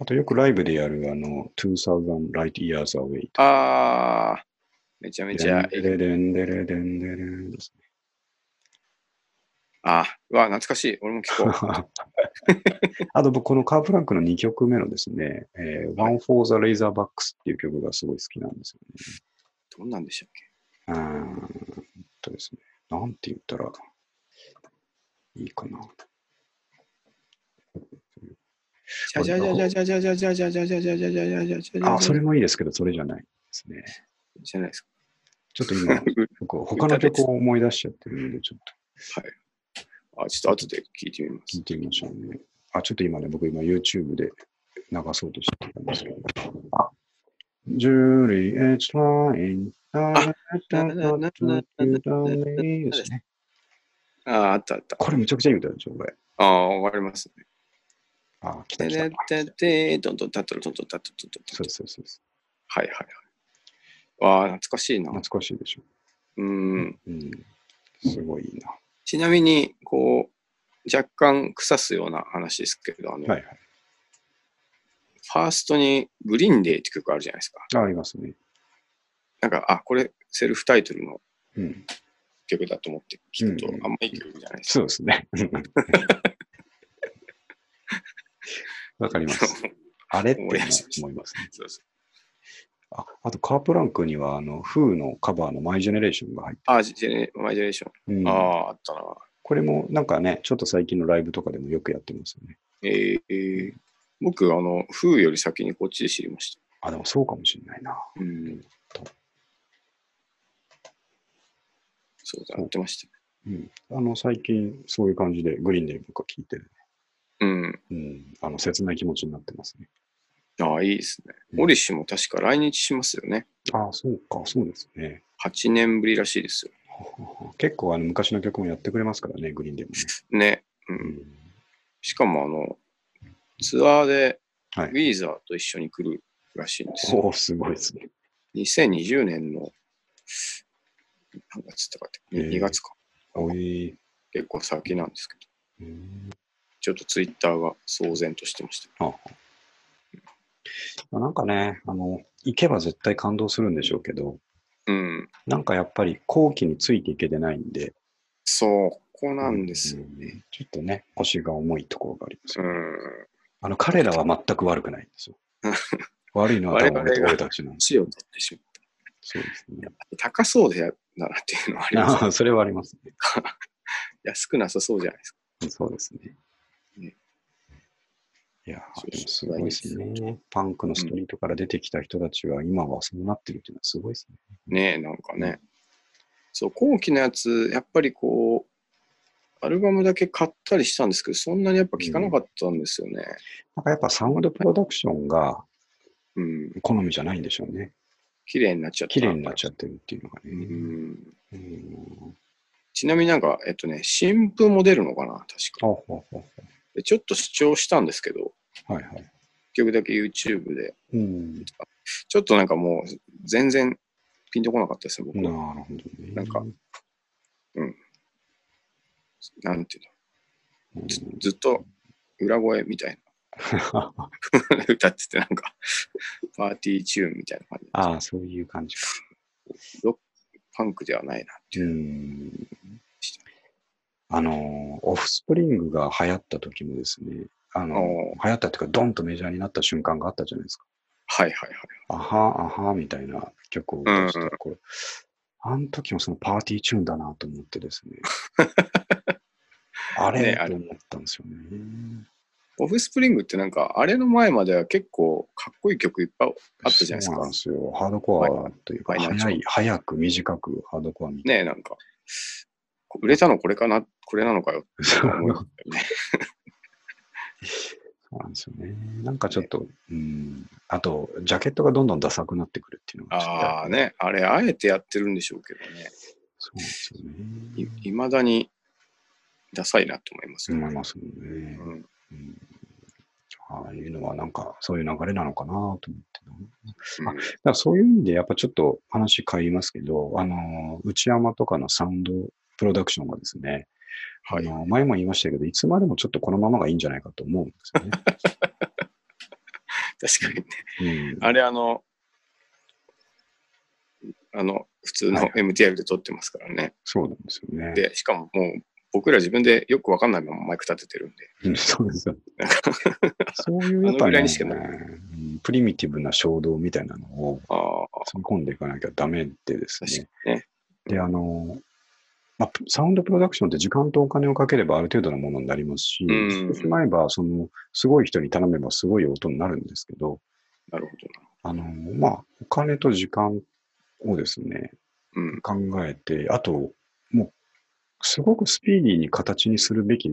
あとよくライブでやるあの、2000 Light Years Away とか。あー、めちゃめちゃ、デレデンデレデンデレンですね。あ、うわ、懐かしい。俺も聞こう。あと僕、このカープランクの2曲目のですね、えー、One for the Razorbacks っていう曲がすごい好きなんですよね。どんなんでしたっけうーんとですね、なんて言ったらいいかな。じゃじゃじゃじゃじゃじゃじゃじゃじゃじゃじゃじゃじゃじゃじゃじゃじゃあ、それもいいですけど、それじゃないですね。じゃないですか。ちょっと今、僕、他の曲を思い出しちゃってるので、ちょっあ、ちょっと後で聞いてみまと聞すい。てみましょうね。あ、ちょっと今ね、僕今 YouTube で流そうとしてたんですけど。あ、Julie, it's fine. ですねあー、あったあった。これめちゃくちゃいい歌でしょ、これ。ああ、終わりますね。あ、来たて来たれ。てて、どんどんたっとる、どんどんたっとる、どんどんたそっとうる。そうそうそ。はいはいはい。わあ、懐かしいうな。懐かしいでしょ。うん。うん。すごいいいな。ちなみに、こう、若干腐すような話ですけど、あの、はいはい。ファーストにグリーンデーって曲あるじゃないですか。あありますね。なんか、あ、これセルフタイトルのうん。曲だと思って聞くと、うんあんまいい曲じゃないですそうです ね。わかりまか。す。あれって思い出しました思いますね。 そうそうああと、カープランクには、あの、フーのカバーのマイジェネレーションが入ってあ、ジェネマイジェネレーション。る。うんああ、あったな。これも、なんかね、ちょっと最近のライブとかでもよくやってますよね。えー、僕、あの、風より先にこっちで知りましあ、でもそうかもしれないな。た。うん。そうだ、そうやってました。うん。あの、最近、そういう感じで、グリーンで僕は聴いてる。うん。うん。あの、切ない気持ちになってますね。ああ、いいですね。うんモリシも確か来日しますよね。ああ、そうか、そうですね。 8年ぶりらしいですよ。結構あの昔の曲もやってくれますからね、グリーンでもね。ね。うん。しかも、あの、ツアーで、はいウィーザーと一緒に来るらしいんですよ。おお、すごいですね。 2020年の、何月とかって、えー2月か。おい、結構先なんですけど、うんちょっとツイッターが騒然としてました。まあなんかね、あの、行けば絶対感動するんでしょうけど、うん。なんかやっぱり後期についていけてないんで、そう、ここなんですうよね。んちょっとね、腰が重いところがありますうよ、ん。あの、彼らは全く悪くないん ですよ。悪いのは多分俺と俺たちなんです。地を取ってしまう。そうですね。高そうでやだなっていうのはありますああ、それはありますね。安くなさそうじゃないですか。そうですねね。いやそうー、でもすごいですね。パンクのストリートから出てきた人たちは今はそうなってるっていうのはすごいですね。ねえ、なんかね。そう、後期のやつ、やっぱりこう、アルバムだけ買ったりしたんですけど、そんなにやっぱ聞かなかったんですよね。なんかやっぱサウンドプロダクションがうん。好みじゃないんでしょうね。綺麗になっちゃった。綺麗になっちゃってるっていうのがうね。ん。うん。ちなみになんか、えっとね、新譜も出るのかな、確か。あほうほうほでちょっと視聴したんですけど、うはいはい。結局だけ YouTube で、うん。ちょっとなんかもう全然ピンとこなかったですね、僕なは。るほどね。なんかなんていううん、の、ずずっと裏声み たいな歌ってて、なんかパーティーチューンみたいな感じ。ああ、そういう感じか。パンクではないな。うん。あのー、オフスプリングが流行った時もですね、あのー、おー流行ったっていうか、ドンとメジャーになった瞬間があったじゃないですか。はいはいはい。あは、あは、みたいな曲を出した頃、あの時もそのパーティーチューンだなと思ってです ね。あれねあれと思ったんですよね。オフスプリングってなんか、あれの前までは結構かっこいい曲いっぱいあったじゃないですそうかなん。ですよ。ハードコアというか、ファイナル早い、早く短くハードコアみたいねえ、なんか、こ売れたのこれかな、これなのかよってな。思うよね。そうなんですよね。なんかちょっと、うん、あと、ジャケットがどんどんダサくなってくるっていうのがちょっとああね、あれ、あえてやってるんでしょうけどね、そうですよいね。未だにダサいなと思いますよ、思いますもんね。うんうんああいうのはなんかそういう流れなのかなと思ってな。うんだからそういう意味でやっぱちょっと話変えますけど、あの、内山とかのサウンドプロダクションがですね、はいあの前も言いましたけど、いつまでもちょっとこのままがいいんじゃないかと思うんですよ確かにね。ね。あれ、あの、あの、普通のはい MTR で撮ってますからね。そうなんですよね。で、しかももう、僕ら自分でよくわかんないままマイク立ててるんで。うん そうですよね。 そういうやっあのぱぐり、らねいにしかないうんプリミティブな衝動みたいなのをああ、詰め込んでいかなきゃダメでです確ね。かにね。で、あの、まあ、プサウンドプロダクションって時間とお金をかければある程度のものになりますし、うんしてしまえば、その、すごい人に頼めばすごい音になるんですけど、なるほあの、まあ、お金と時間をですね、どな。うん。考えて、あと、もう、すごくスピーディーに形にするべき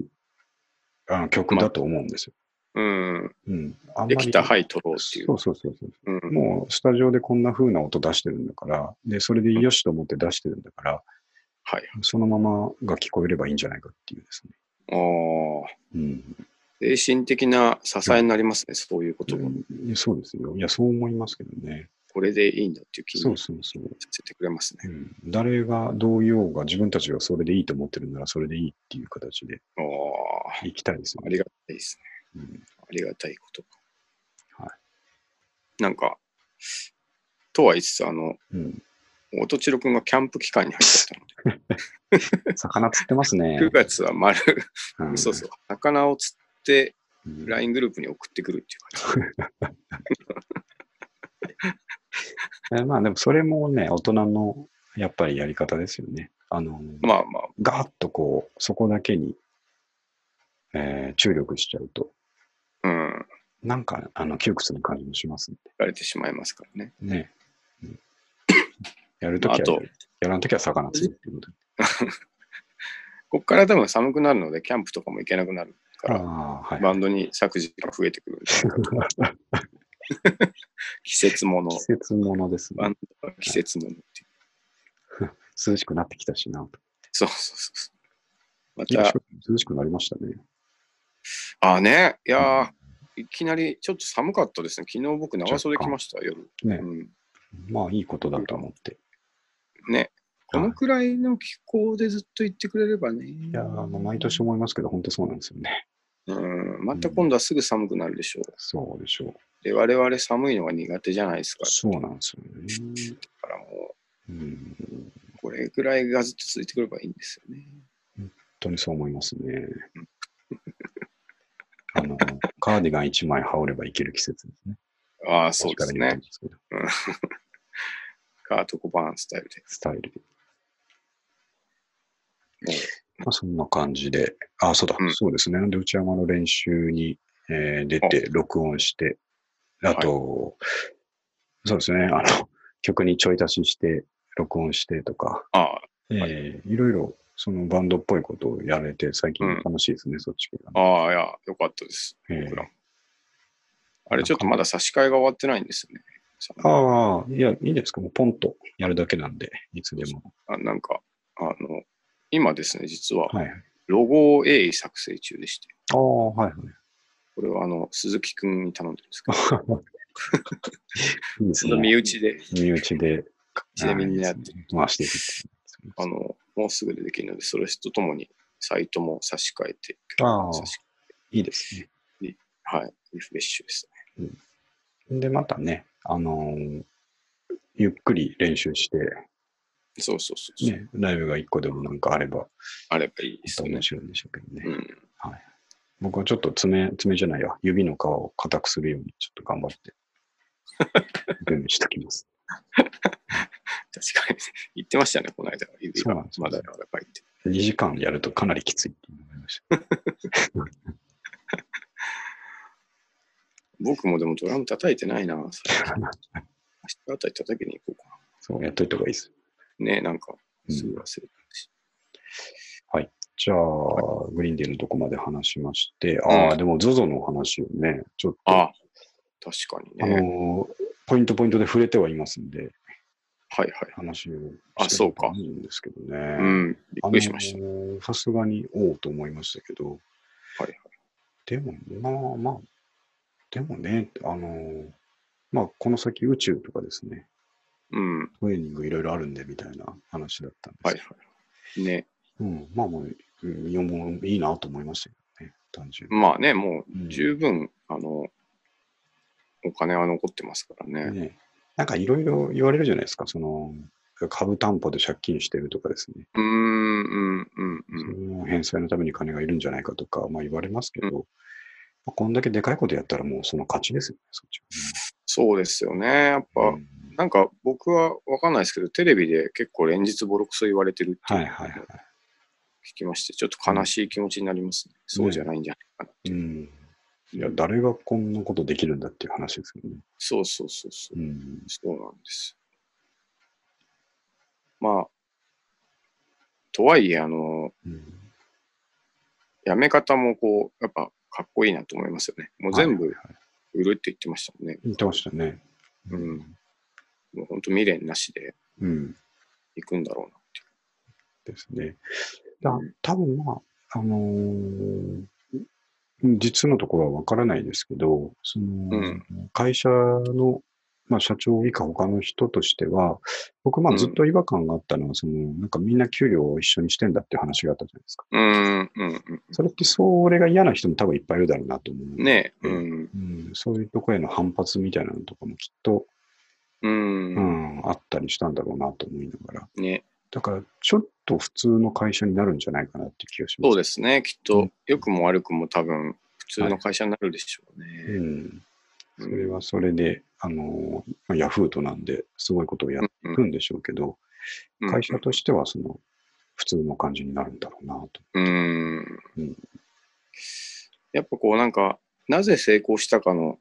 あの曲だと思うんですよ。うん。うん。あんまりできた、はい、撮ろうっていうそ。うそうそうそう。うん。もうスタジオでこんな風な音出してるんだから、で、それでよしと思って出してるんだから、はい。そのままが聞こえればいいんじゃないかっていうですね。ああ、うん。精神的な支えになりますね、そういうことが。うんそうですよ。いや、そう思いますけどね。これでいいんだっていう気にそうさそうそう。せてくれますうね。ん、誰がどう言おうが、自分たちがそれでいいと思ってるなら、それでいいっていう形でああ、いきたいですよあね。りがたいですね。うんありがたいことか。。はいなんか、とは言いつつ、あの、うん、音千代くんがキャンプ期間に入っちゃった魚釣ってますね ので、。9月は丸、うんそうそう、魚を釣って、うん。 LINE グループに送ってくるっていう感じ。えまあでもそれもね、大人のやっぱりやり方ですよね。あの、まあまあ、ガーッとこう、そこだけに、えー注力しちゃうと、うん、なんか、あの、窮屈な感じもしますん疲れてしまいますからね。でね。うんやるときはやあとる、やらんときは魚釣るっていうことで。こっから多分寒くなるので、キャンプとかも行けなくなるかあら、あ、はい。バンドに作事が増えてくるんじゃないかと季節も の、季節ものですバねン。ドは季節ものっていう。涼しくなってきたしなと。そうそうそうそう。まいやた、涼しくなりましたね。あーね、いやー、いきなりちょっと寒かったですね。昨日僕、長袖着ました、夜。ねうんまあ、いいことだと思って。ね、こはいのくらいの気候でずっと行ってくれればね。いいやー、もう毎年思いますけど、本当そうなんですよね。うん、また今度はすぐ寒くなるでしょう。そうでしょう。で、我々寒いのが苦手じゃないですか。そうなんですよね。だからもうん。本う、これぐらいがずっと続いてくればいいんですよね。当にそう思います ね。あの、カーディガン1枚羽織ればいける季節ですね。ああ、そうです確かに言たんね。ですけどカートコバーンスタイルで。スタイルで。ねまあ、そんな感じで。あ、そうだ、うんそうですね。で、内山の練習に、えー出て、録音して、あと、そうですね、あの、曲にちょい足しして、録音してとか、あはいえーいろいろ、そのバンドっぽいことをやれて、最近楽しいですね、そっち系がね、あ、ああ、いや、よかったです。えー僕らも。あれ、ちょっとまだ差し替えが終わってないんですよね。ああ、いや、いいですか。もうポンとやるだけなんで、いつでも。あなんか、あの、今ですね、実は、はい。ロゴを鋭意作成中でして、ああ、はいはい。これはあの、鈴木くんに頼んでるんですけ ど、いいですその身ね。内で、身内で、ちなみにやっあーいいでてすね回していくっていうあの、もうすぐでできるので、それとともにサイトも差し替えて、ああ差しいいですね。はい、リフレッシュですね。で、またね、あのーゆっくり練習して、そうそうそうそう、ね、ライブが一個でもなんかあれば、あればいいで本す当よね面。白いんでしょうけどね。うん、僕はちょっと爪、爪じゃないわ、指の皮を硬くするように、ちょっと頑張 って、準備しときます。確かに、言ってましたね、この間、指そうがなんですよまだ柔らかいって。 2時間やるとかなりきついって思いました。僕もでもドラム叩いてないな、明日あたり叩きに行こうか そう、やっといた方がいいです。な。ね、なんか、うんすぐ忘れてるし。じゃあ、グリーンデーのとこまで話しまして、ああ、でも ZOZO の話をね、ちょっとあ、確かにあね。の、ポイントポイントで触れてはいますんで、はいはい。話をあしてそうかいいんですけどね。うん、びあっくりしました。のさすがに、おおと思いましたけど、はいはい。でも、まあまあ、でもね、あの、まあ、この先宇宙とかですね、うん、はいトレーニングいろいろあるんでみたいな話だったんですはけどい。ね、うん、まあまあ、うんいやもういいなと思いましたけどね、単純に。まあね、もうんう十分、あの、お金は残ってますからね。ね、なんかいろいろ言われるじゃないですか、その株担保で借金してるとかですね、うーん、うん、うん、うそん。の返済のために金がいるんじゃないかとか、まあ、言われますけど、まあ、こんだけでかいことやったらもうその勝ちですよね、そっちそうですよね。やっぱ、はね。うんなんか僕はわかんないですけど、テレビで結構連日ボロクソ言われてるってはいいうのをはいは聞きまして、ちょっと悲しい気持ちになりますね。そうじゃないんじゃないかな。い。うん、いや、誰がこんなことできるんだっていう話ですよね。そうそうそうそうう。ん、そうなんです。まあ、とはいえ、あの、うんやめ方もこう、やっぱかっこいいなと思いますよね。もう全はい部はいはい売るって言ってましたもんね。言ってましたね。うんもう本当未練なしでうん行くんだろですね。だうん多分まあ、あのー実のところはわからないですけど、そのうん会社の、まあ、社長以下他の人としては、僕まうあんずっと違和感があったのは、そのなんかみんな給料を一緒にしてんだっていう話があったじゃないですか。うなって。うん、うん、うそれってそれが嫌な人も多分いっぱいいるだろうなと思う。ん。ねえ、ううん、うん、そういうとこへの反発みたいなのとかもきっと、うん、うん、あったりしたんだろうなと思いながら。ね。だから、ちょっと普通の会社になるんじゃないかなって気がしますそうですね。きっうとん、良くも悪くも多分、普通の会社になるでしょうね。うん、うそんれはそれで、あのまあヤフーとなんで、すごいことをやっうんてるんでしょうけど、会社としてはその普通の感じになるんだろうなと。うんうんやっぱこうなんか、なぜ成功したかの、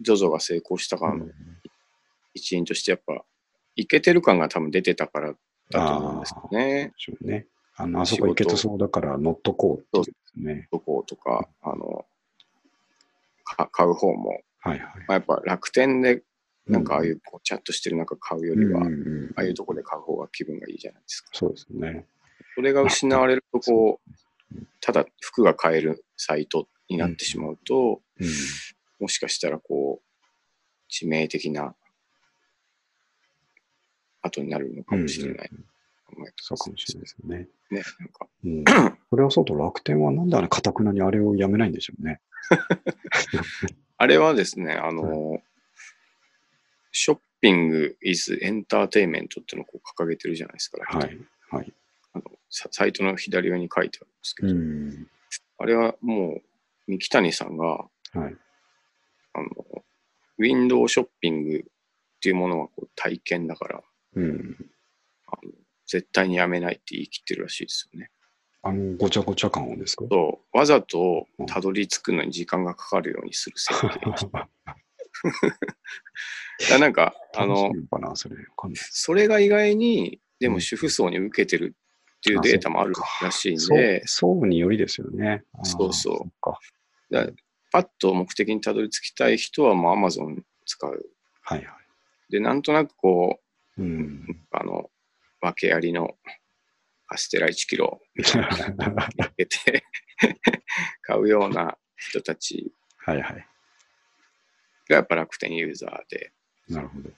ZOZO が成功したかうのん一因として、やっぱ、いけてる感が多分出てたからだと思うんですよね。でしょうね。あのあそこ行けてそうだから乗っとこうっていうですね。どことか、あの、か買う方も、はいはい。まあ、やっぱ楽天でなんかああいううこうチャットしてる中買うよよりは、うんあうんあいうとこで買う方が気分がいいじゃないですか。そうですね。それが失われると、こう、ただ服が買えるサイトになってしまうと、うんもしかしたらこう、致命的な後になるのかもしれない。考えてそうかもしれないですよね。ね。なんか、うん、 それはそうと楽天はなんであれ、かたくなにあれをやめないんでしょうね。あれはですね、あの、ショッピング is エンターテインメントっていうのをこう掲げてるじゃないですか。はい。はい。あのササイトの左上に書いてあるんですけうど、ん。あれはもう、三木谷さんが、はい。あの、ウィンドウショッピングっていうものはこう体験だから、うん。あの絶対にやめないって言い切ってるらしいですよね。あの、ごちゃごちゃ感をですか そうわざとたどり着くのに時間がかかるようにす る設計。だからなんか、あ楽しのい、のかな、それ。わかんない。それが意外に、でうんも主婦層に受けてるっていうデータもあるらしいんそうで、そうによりですよね。あーそうそうっかだパッと目的にたどり着きたい人はもう Amazon 使う。はいはい。で、なんとなくこうう、ん。 あの、訳ありのカステラ1キロみたいなのを入れて 買うような人たちはいはい。がやっぱ楽天ユーザーで、なるほど。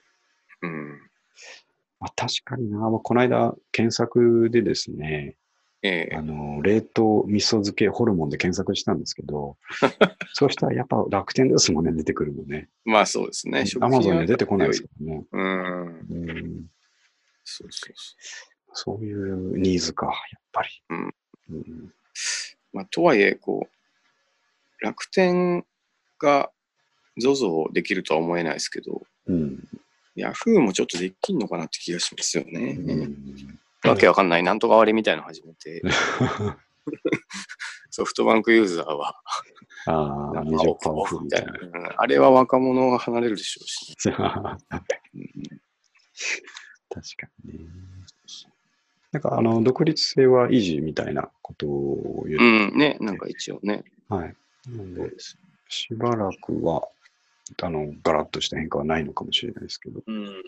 うん。まあ、確かにな、まあ、この間、検索でですね、ええあの冷凍味噌漬けホルモンで検索したんですけ ど、そうしたらやっぱ楽天ですもんね、出てくるのね。まあそうですね。アマゾンには出てこないですからね。うん。うん、そうそうそそういうニーズか、やっぱり。うんうんう。まあとはいえ、こう、楽天が ZOZO できるとは思えないですけど、うんヤフーもちょっとできんのかなって気がしますようね。んわけわかんない、なんとか割りみたいなの始め て、 ソフトバンクユーザーはああ、なんか20%オフオオフフみみたたいいな。うんあれは若者が離れるでしょうし、 ね。な。うん確かにね。なんかあの独立性は維持みたいなことを言っうん、ね、なんか一応ね。はい。なんで、ですしばらくは、あの、ガラッとした変化はないのかもしれないですけど、うん。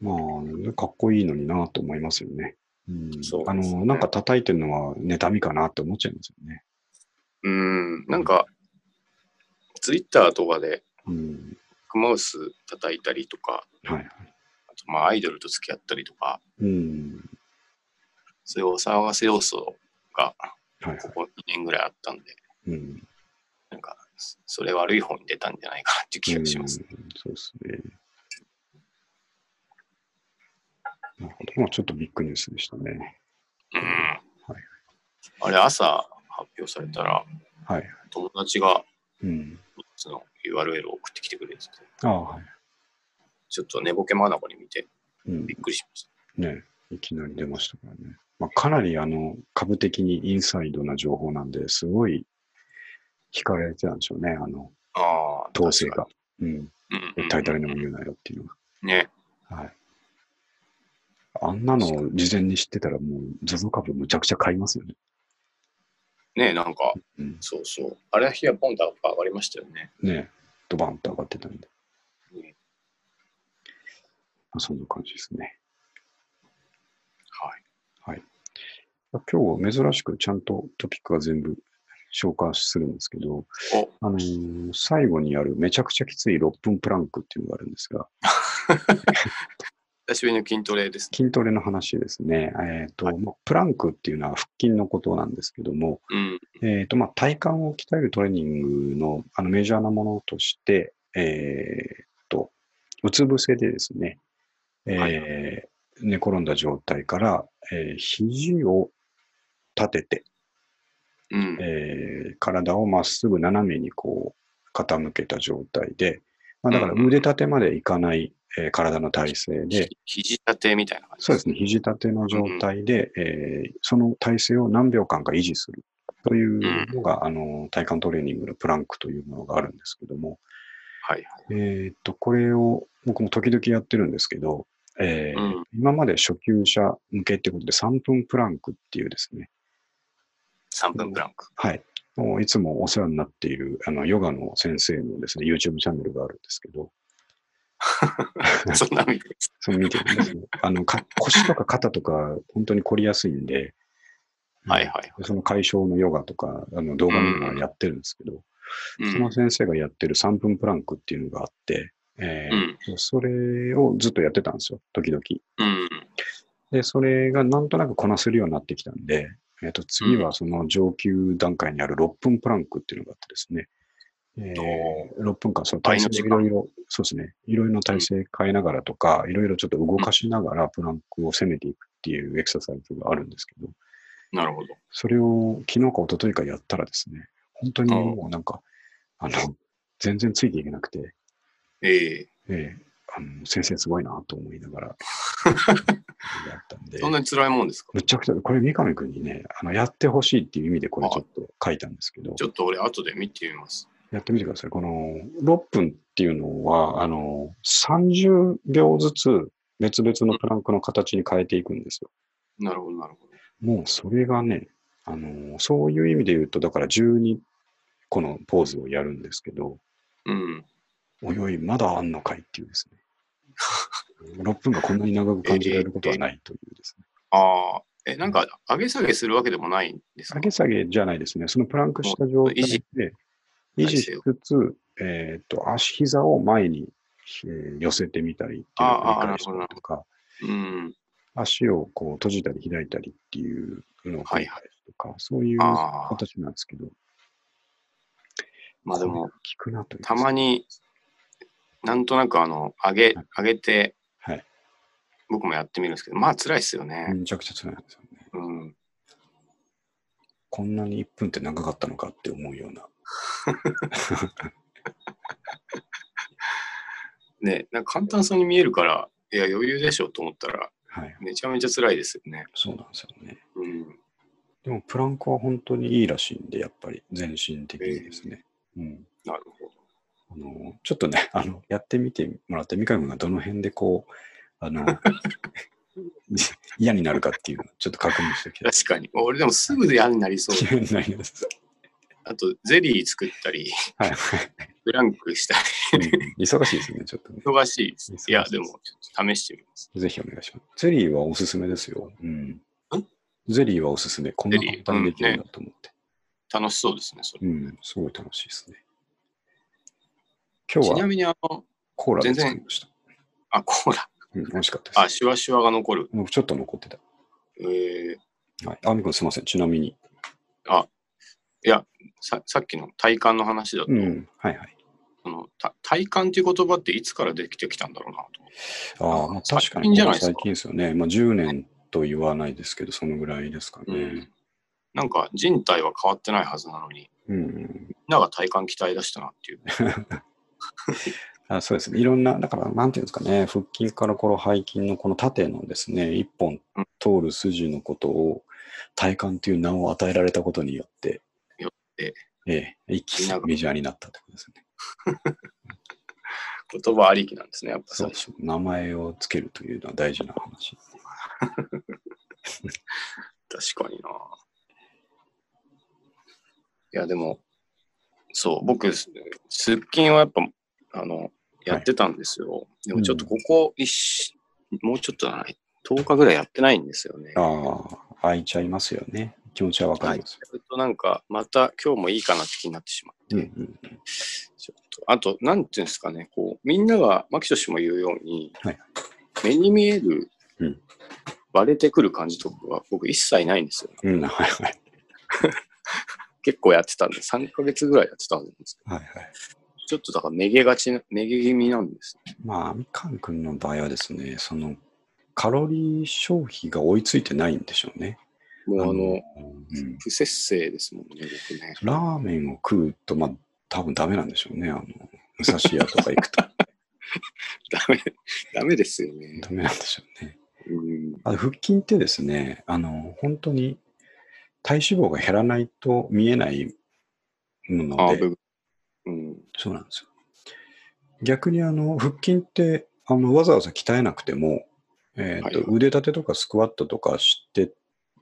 まあ、かっこいいのになと思いますよね。うん、そうあですねの、なんか叩いてるのは妬みかなって思っちゃいますよね。うん。なんか、ツイッターとかで、うん。マウス叩いたりとか、はいはい。あとまあアイドルと付き合ったりとか、うん。そういうお騒がせ要素がはいはいこ。こ2年ぐらいあったんで、うん。なんか、そそれ悪い方に出たんじゃないかなっていう気がします。うんそうですね。なるほど。まあ、ちょっとビッグニュースでしたね。うん。あれ、朝発表されたら、はい。友達がうん。その URL を送ってきてくれてて、ああ、はい。ちょっと寝ぼけ眼に見てうんびっ。くりしました。ね。いきなり出ましたからね。まあ、かなり、あの、株的にインサイドな情報なんで、すごい惹かれてたんでしょうね。あの、ああ、統制が。うん。確かに。うん、絶対誰にも言うなよっていうのね。が。はい。あんなのを事前に知ってたら、もう、ゾゾ株むちゃくちゃ買いますよね。ねなんか、うん。そうそう。あれは日はポンとやっぱ上がりましたよね。ね。ドバンと上がってたんで。ねまあそんな感じですね。はい。今日は珍しくちゃんとトピックは全部消化するんですけど、おあのー最後にあるめちゃくちゃきつい6分プランクっていうのがあるんですが、久しぶりの筋トレですね。筋トレの話ですね。えっ、と、まあプランクっていうのは腹筋のことなんですけども、うん。えっ、と、まあ、体幹を鍛えるトレーニングのあのメジャーなものとして、えっ、と、うつ伏せでですね、えーはい寝転んだ状態から、えー肘を立てて、うん。えー体をまっすぐ斜めにこう傾けた状態で、まあ、だからうんうんうん腕立てまでいかない、えー体の体勢で、ひ肘立てみたいな感じそうですね、肘立ての状態で、えーその体勢を何秒間か維持するというのが、あの体幹トレーニングのプランクというものがあるんですけども、はいはい。えーっと、これを僕も時々やってるんですけど、えーうん今まで初級者向けってことで3分プランクっていうですね、 3分プランク。はい。もういつもお世話になっている、あの、ヨガの先生のですね、YouTube チャンネルがあるんですけど、そんなみたいです。その見てるん ですね。あの、か腰とか肩とか、本当に凝りやすいんで、はいはい。その解消のヨガとか、あの、動画見るのはやってるんですけど、うそのん。先生がやってる3分プランクっていうのがあって、えーうんそれをずっとやってたんですよ、時々。うん。で、それがなんとなくこなせるようになってきたんで、えっと次はその上級段階にある6分プランクっていうのがあってですね、えー6分間、その体勢をいろいろ、そうですね、いろいろな体勢変えながらとか、いろいろちょっと動かしながらプランクを攻めていくっていうエクササイズがあるんですけど、なるほど。それを昨日か一昨日かやったらですね、本当にもうなんか、あの、全然ついていけなくて、えええーあの先生すごいなと思いながら、やったんで。 そんなに辛いもんですかむちゃくちゃ、これ三上君にね、あのやってほしいっていう意味でこれあちょっと書いたんですけどち、ょっと俺、後で見てみます。やってみてください。この6分っていうのは、あの、30秒ずつ別々のプランクの形に変えていくんですよ。なるほど、なるほど。もうそれがね、あの、そういう意味で言うと、だから12個のポーズをやるんですけど、うん。およい、まだあんのかいっていうですね。6分がこんなに長く感じられることはないというですね。ああ、え、なんか、上げ下げするわけでもないんです下かげ下げじゃないですね。そのプランクした状態維持で、体維持し勢をつつ、えっ、と、足膝を前に、えー寄せてみたりっていうのをあ繰あり返したりなるとか、うん。足をこう閉じたり開いたりっていうのを繰り返すとか、そういうああ、形なんですけど、効まあでも、くなというたまに。に、なんとなく、あの、上げはい、上げて、はい。僕もやってみるんですけど、まあ、辛いっすよね。めちゃくちゃ辛いんですよね。うん。こんなに1分って長かったのかって思うような。ね、なんか簡単そうに見えるから、いや、余裕でしょと思ったら、はい。めちゃめちゃ辛いですよね。そうなんですよね。うん。でも、プランクは本当にいいらしいんで、やっぱり全身的にですね。うん。なるほど。あの、ちょっとね、 あの、やってみてもらって、三上君がどの辺でこう、あの、 嫌になるかっていうのをちょっと確認しておきたい。 確かに。俺、でもすぐで嫌になりそう。嫌になります。あと、ゼリー作ったり、はい。ブランクしたり、うん忙しいですね、ちょっとね。忙しいで忙しいすで。すいや、でも、ちょっと試してみます。ぜひお願いします。ゼリーはおすすめですよ。うんん。ゼリーはおすすめ。こんな簡単にできるんだと思って。楽しそうですね、それ。うん、すごい楽しいですね。今ち日なはみに、あの、コーラで作りました。あ、コーラ。うん、美味しかったあ、です。シュワシュワが残る。もうちょっと残ってた。えー、はい。あみこすいません。ちなみに。いやさ、さっきの体感の話だと、うん。はいはい。そのた体感っていう言葉っていつからできてきたんだろうなと。ああ、まあ最確か近にじゃないですか最近ですよね。まあ10年と言わないですけど、そのぐらいですかね。なんか人体は変わってないはずなのに、うん。みんなが体感鍛え出したなっ ていう。あそうですね。いろんな、だから、なんていうんですかね、腹筋からこの背筋のこの縦のですね、一本うん通る筋のことを、体幹という名を与えられたことによって、よってええ、一気みんなにがメジャーになったってことですね。言葉ありきなんですね、やっぱそ最う初。名前をつけるというのは大事な話。確かにな。いや、でも、そう、僕、すすっきんはやっぱ、あの、やってたんですよ。でもちょっとここ一、もうちょっとだな、10日ぐらいやってないんですよね。ああ、開いちゃいますよね。気持ちはわかります。ずっとなんか、また今日もいいかなって気になってしまって、うんうんちょっとあと、なんていうんですかね、こう、みんなが、牧女氏も言うように、はい目に見える、うん割れてくる感じとかが僕一切ないんですよ。うん、はいはい。結構やってたんで、3ヶ月ぐらいやってたんですけはいはい。ど、ちょっとだからめげがちな、めげ気味なんです。まあ、みかん君の場合はですね、その、カロリー消費が追いついてないんでしょうね。もうあの、うん不節制ですもんね、僕ね。ラーメンを食うと、まあ、多分ダメなんでしょうね。あの、武蔵屋とか行くとダメ、ダメですよねダ。メなんでしょうね。 うん。あと腹筋ってですね、あの、本当に体脂肪が減らないと見えないもあのあ、で、僕うん。そうなんですよ。逆にあの、腹筋って、あの、わざわざ鍛えなくても、えーとはいは腕立てとかスクワットとかして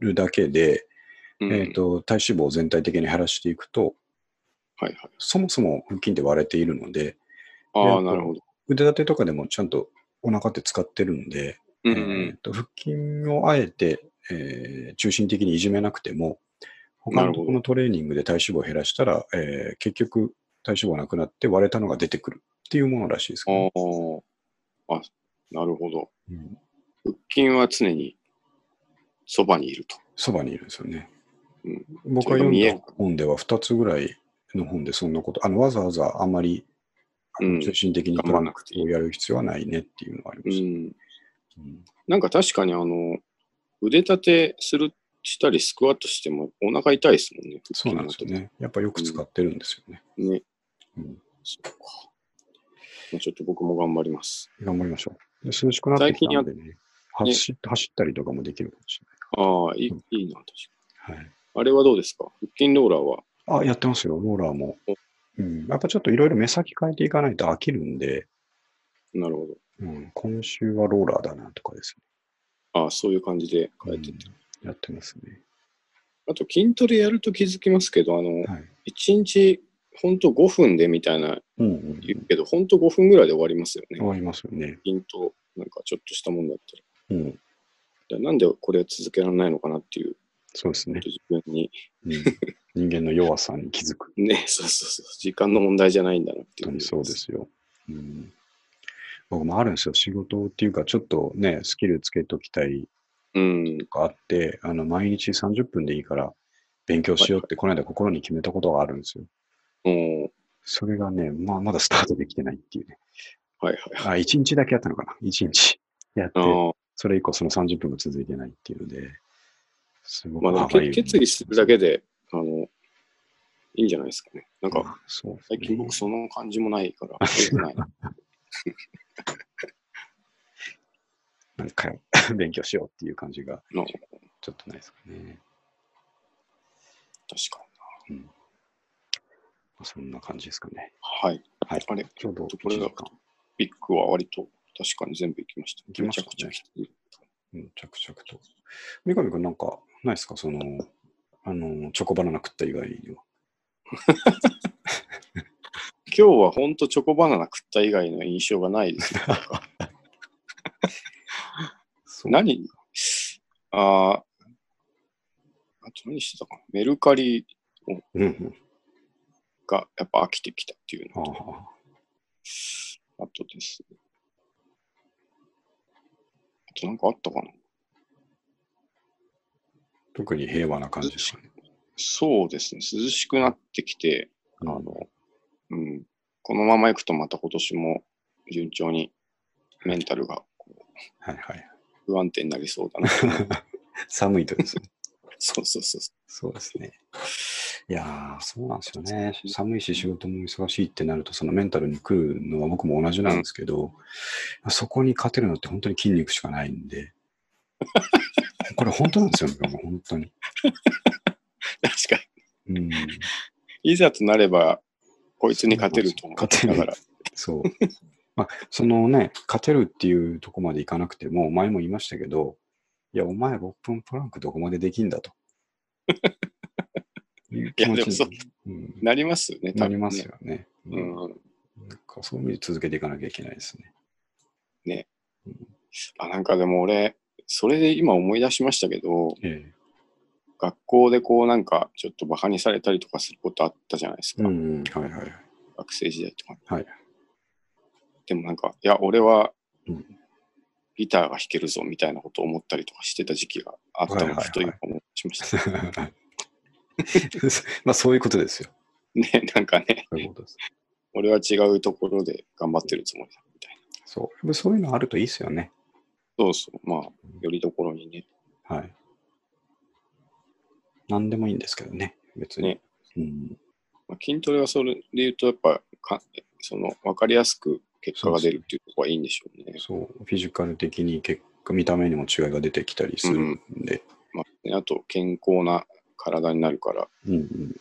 るだけで、うんえー、と体脂肪を全体的に減らしていくと、はいはい。そもそも腹筋って割れているので、えーああ、となるほど。腕立てとかでもちゃんとお腹って使ってるんで、うんうえーん。と腹筋をあえて、えー中心的にいじめなくても、他なのるほどとこのトレーニングで体脂肪を減らしたら、えー結局体脂肪がなくなって割れたのが出てくるっていうものらしいですけど、ああ、あ、なるほど。うん腹筋は常にそばにいると。そばにいるんですよね。うん僕が読んそれが見えだる本では2つぐらいの本でそんなこと、あのわざわざあんまりあのうん中心的にト頑レーニン張らなくていいグをやる必要はないねっていうのがありうました。ん、うんなんか確かにあの腕立てするしたりスクワットしてもお腹痛いですもんね。そうなんですよね。やっぱよく使ってるんですよね。ね。うんそうか。まあちょっと僕も頑張ります。頑張りましょう。で涼しくなってきたんでね、近や走走ったりとかもできるかもしああ、いい,、うんいいな、確かれない。に。あれはどうですか腹筋ローラーは。はい、あ、やってますよ、ローラーも。うん、やっぱちょっといろいろ目先変えていかないと飽きるんで、なるほうん、今週はローラーだなとかですど。ああ、そういう感じでね。変えてって。うんやってますね。あと筋トレやると気づきますけど、あの、はい。 1日ほんと5分でみたいなうん、うん。言うけど、ほんと5分ぐらいで終わりますよね終。わりますよね。ピンと、なんかちょっとしたもんだったうらん。だから。なんでこれ続けられないのかなっていう、そうですね。自分に、うん、人 間の弱さに気づく。ね、 そうそうそう、時間の問題じゃないんだなってい本当う。にそうで。すよ。うん、僕もあるんですよ。仕事っていうか、ちょっとね、スキルつけときたいうん。があって、あの毎日30分でいいから勉強しようって、この間心に決めたことがあるんですよ。もそれがね、まあ、まだスタートできてないっていうね。う、はいはい。あ、1日だけやったのかな。1日やってあ、ーそれ以降その30分が続いてないっていうので、すごまあく歯がでも、けゆい決意するだけで、あの、いいんじゃないですかね。なんか、あそうですね最近僕その感じもない から、あ良くないなんか 勉強しようっていう感じがの、確ちょっとないですかね。かまあそんな感じですかね。に。はい。はい。あれ、ちょうどこれが1時間ビッグは割と、確かに全部いきました。いきましたねめちゃくちゃきついうん、着々と。三上君なんかないですかその、あの、チョコバナナ食った以外には。今日はほんとチョコバナナ食った以外の印象がないですね。そう何あーあと何してたかなメルカリうんうんがやっぱ飽きてきたっていうあのと、ああとですね。あとなんかあったかな特に平和な感じですかね。そうですね。涼しくなってきて、ああの、うん。このまま行くとまた今年も順調にメンタルがこうはいはい。 不安定になりそうだな。 寒いとですね。そうそうそうそそうですね。いやー、そうなんですよね。寒いし仕事も忙しいってなると、そのメンタルに来るのは僕も同じなんですけど、そこに勝てるのって本当に筋肉しかないん で、これ本当なんですよね、もう本当に。う。確かに。うん、いざとなれば、こいつに勝てると思う。勝てるだから。そう。まあ、そのね、勝てるっていうとこまでいかなくても、前も言いましたけど、いや、お前6分プランクどこまでできんだ と。いう気持いやでもちそうに、うん、なりますよね、なりますよ。よね。ううんん。なんかそういう意味で続けていかなきゃいけないですね。あなんかでも俺、それで今思い出しましたけど、え学校でこうなんかちょっとバカにされたりとかすることあったじゃないですえか、うん、はいはいはい。学生時代とか。はい。でもなんか、いや、俺はうんギターが弾けるぞみたいなことを思ったりとかしてた時期があったはいはいのはいふと今思い出しました。 まあそういうことですよ。ね、なんかね、そういうことです。俺は違うところで頑張ってるつもりだみたいな。そう。そういうのあるといいですよね。そうそう、まあ、よりどころにね。はい。なんでもいいんですけどね、別に。ねうん、まあ、筋トレはそれで言うと、やっぱか、その分かりやすく結果が出るっていうところはいいんでしょうね。そう、フィジカル的に結果、見た目にも違いが出てきたりするんで、まあね、あと、健康な体になるから、うんうん、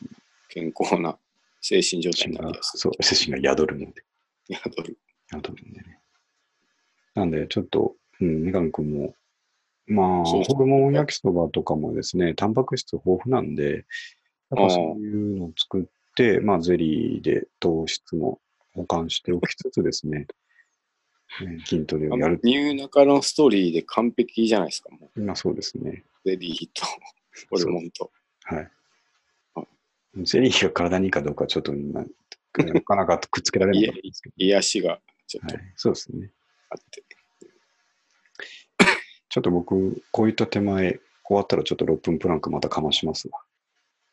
健康な精神状態精神にながりやすい。そう 精神が宿るので。宿る宿るんでね。なんで、ちょっと、うん、三上君も、まあ、そうホルモン焼きそばとかもですね、タンパク質豊富なんで、やっぱそういうのを作って、まあ、ゼリーで糖質も保管しておきつつですね、 ね筋トレをやる。ニューナカのストーリーで完璧じゃないですか、もう。まあ、そうですね。ゼリー と、ホルモンと。はいあ。ゼリーが体にいいかどうかちょっとな、なかなかくっつけられなかったんですけ癒しがちょっど、とはい、そうですね。あって。ちょっと僕、こういった手前、終わったらちょっと6分プランクまたかましますわ。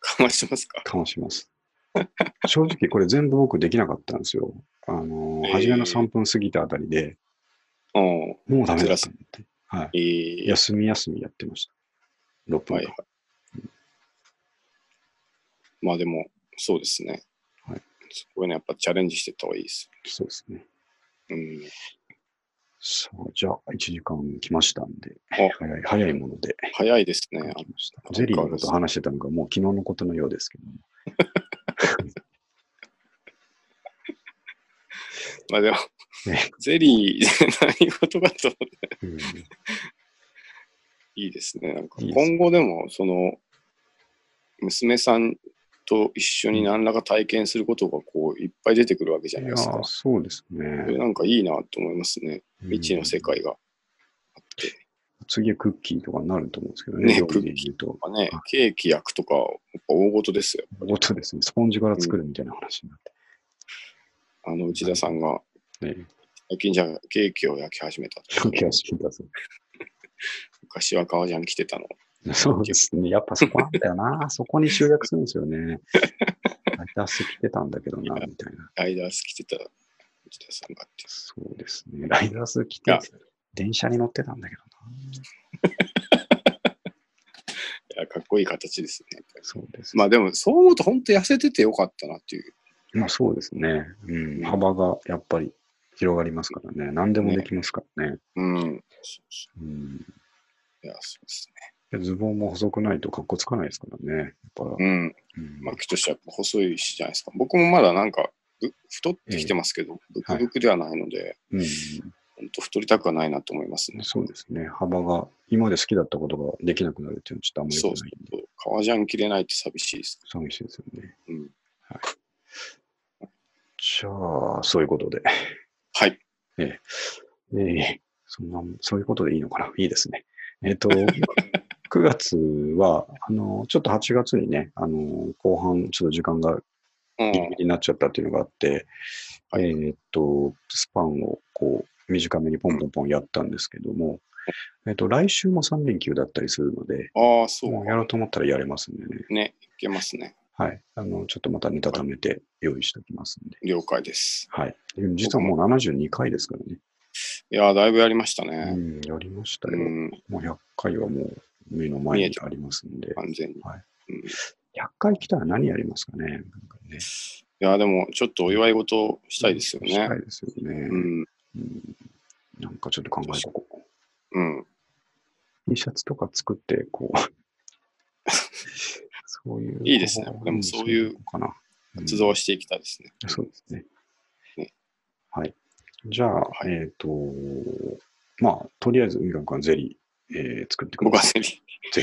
かましてますかかまします。正直、これ全部僕できなかったんですよ。あのー、えー初めの3分過ぎたあたりで、うん。もうダメだと思って。はい。えー、休み休みやってました。6分間。はいはい。まあでも、そうですね。はいこういうのやっぱチャレンジしてった方がいいです。そうですね。うん。そう、じゃあ、1時間来ましたんで、お早い早いもので。早いですね。あ来ましたゼリーのこと話してたのがもう昨日のことのようですけども。まあでも ね、ゼリー、何事かと思ってうんいいですね。なんかいいですね今後でも、その、娘さんと一緒に何らか体験することがこういっぱい出てくるわけじゃないいでやすかー、。そうですこれね。なんかいいなと思いますね。未知の世界が。次はクッキーとかになると思うんですけどねね、料理クでッキ言うと。まあね、ケーキ焼くとか、やっぱ大事ですよ。本当ですね、スポンジから作るみたいな話になっあの内田さんが、て。ね、最近じゃあケーキを焼き始め たと。気がしてたぞ昔は革ジャン着てたの。そうですね、やっぱそこなんだよ な、そこに集約するんですよね。ライタース着てたんだけどな、いやみたいな。ライダース着てた内田さんがって。そうですね、ライダース着いてや、電車に乗ってたんだけどな。いやかっこいい形ですね。そうです、ままあでも、そう思うと本当痩せててよかったなっていう。あ。まあそうですね、うん、幅がやっぱり広がりますからね、何でもできますからね。うん。そうそうんういや、そうですズボンも細くないと格好つかないですからね。やっぱね。うん。うんまあ、きとしてはやっぱ細いしじゃないですか。僕もまだなんか、ぶ太ってきてますけど、ブクブクではないので、うん本当太りたくはないなと思いますね。そうですね。幅が、今まで好きだったことができなくなるっていうのはちょっとあんまり良そうくそないんで、う。革ジャン着れないって寂しいです。寂しいですよね。うん。じゃあ、そういうことで。はい。ええええそんな、そういうことでいいのかないいですね。えっ、 と、9月は、あの、ちょっと8月にね、あの、後半、ちょっと時間がうんギリギリになっちゃったっていうのがあって、はえーっと、スパンをこう、短めにポンポンポンやったんですけども、えーっと、来週も3連休だったりするので、ああ、そもううやろうと思ったらやれますんでね。ね。いけますね。はい。あの、ちょっとまたネタ貯めて用意しておきますんで。了解です。はい。実はもう72回ですからね。いやー、だいぶやりましたね。うん、やりましたうよ。ん、もう100回はもう目の前見にえちありますんで。完全に。はいうん、い100回来たら何やりますかね。なんかねやー、でも、ちょっとお祝い事したいですよしねた。いですよね。うん、うんなんかちょっと考えておこう。うん。 T シャツとか作って、こう。 そういう。いいですねでもそういうのかな。活動はしていきたいですね。うんそうですねね。はい。じゃあ、いえっ、と、まあ、とりあえず、みかんくんはゼリー、えー作ってく僕だはさい。ゼ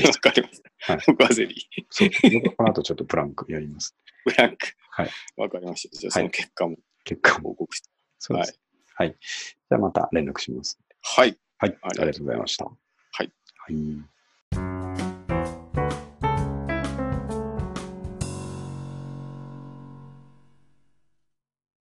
ゼリー。リわー。かりました。はい僕はゼリー。そうです僕この後ちょっとプランクやります。 ブランク。はい。わかりました。じゃあ、はそいの結果も結果も。報告して。そうです。はい。じゃあ、また連絡します。はい。はい。あありがとりうがとうございました。はい。はい。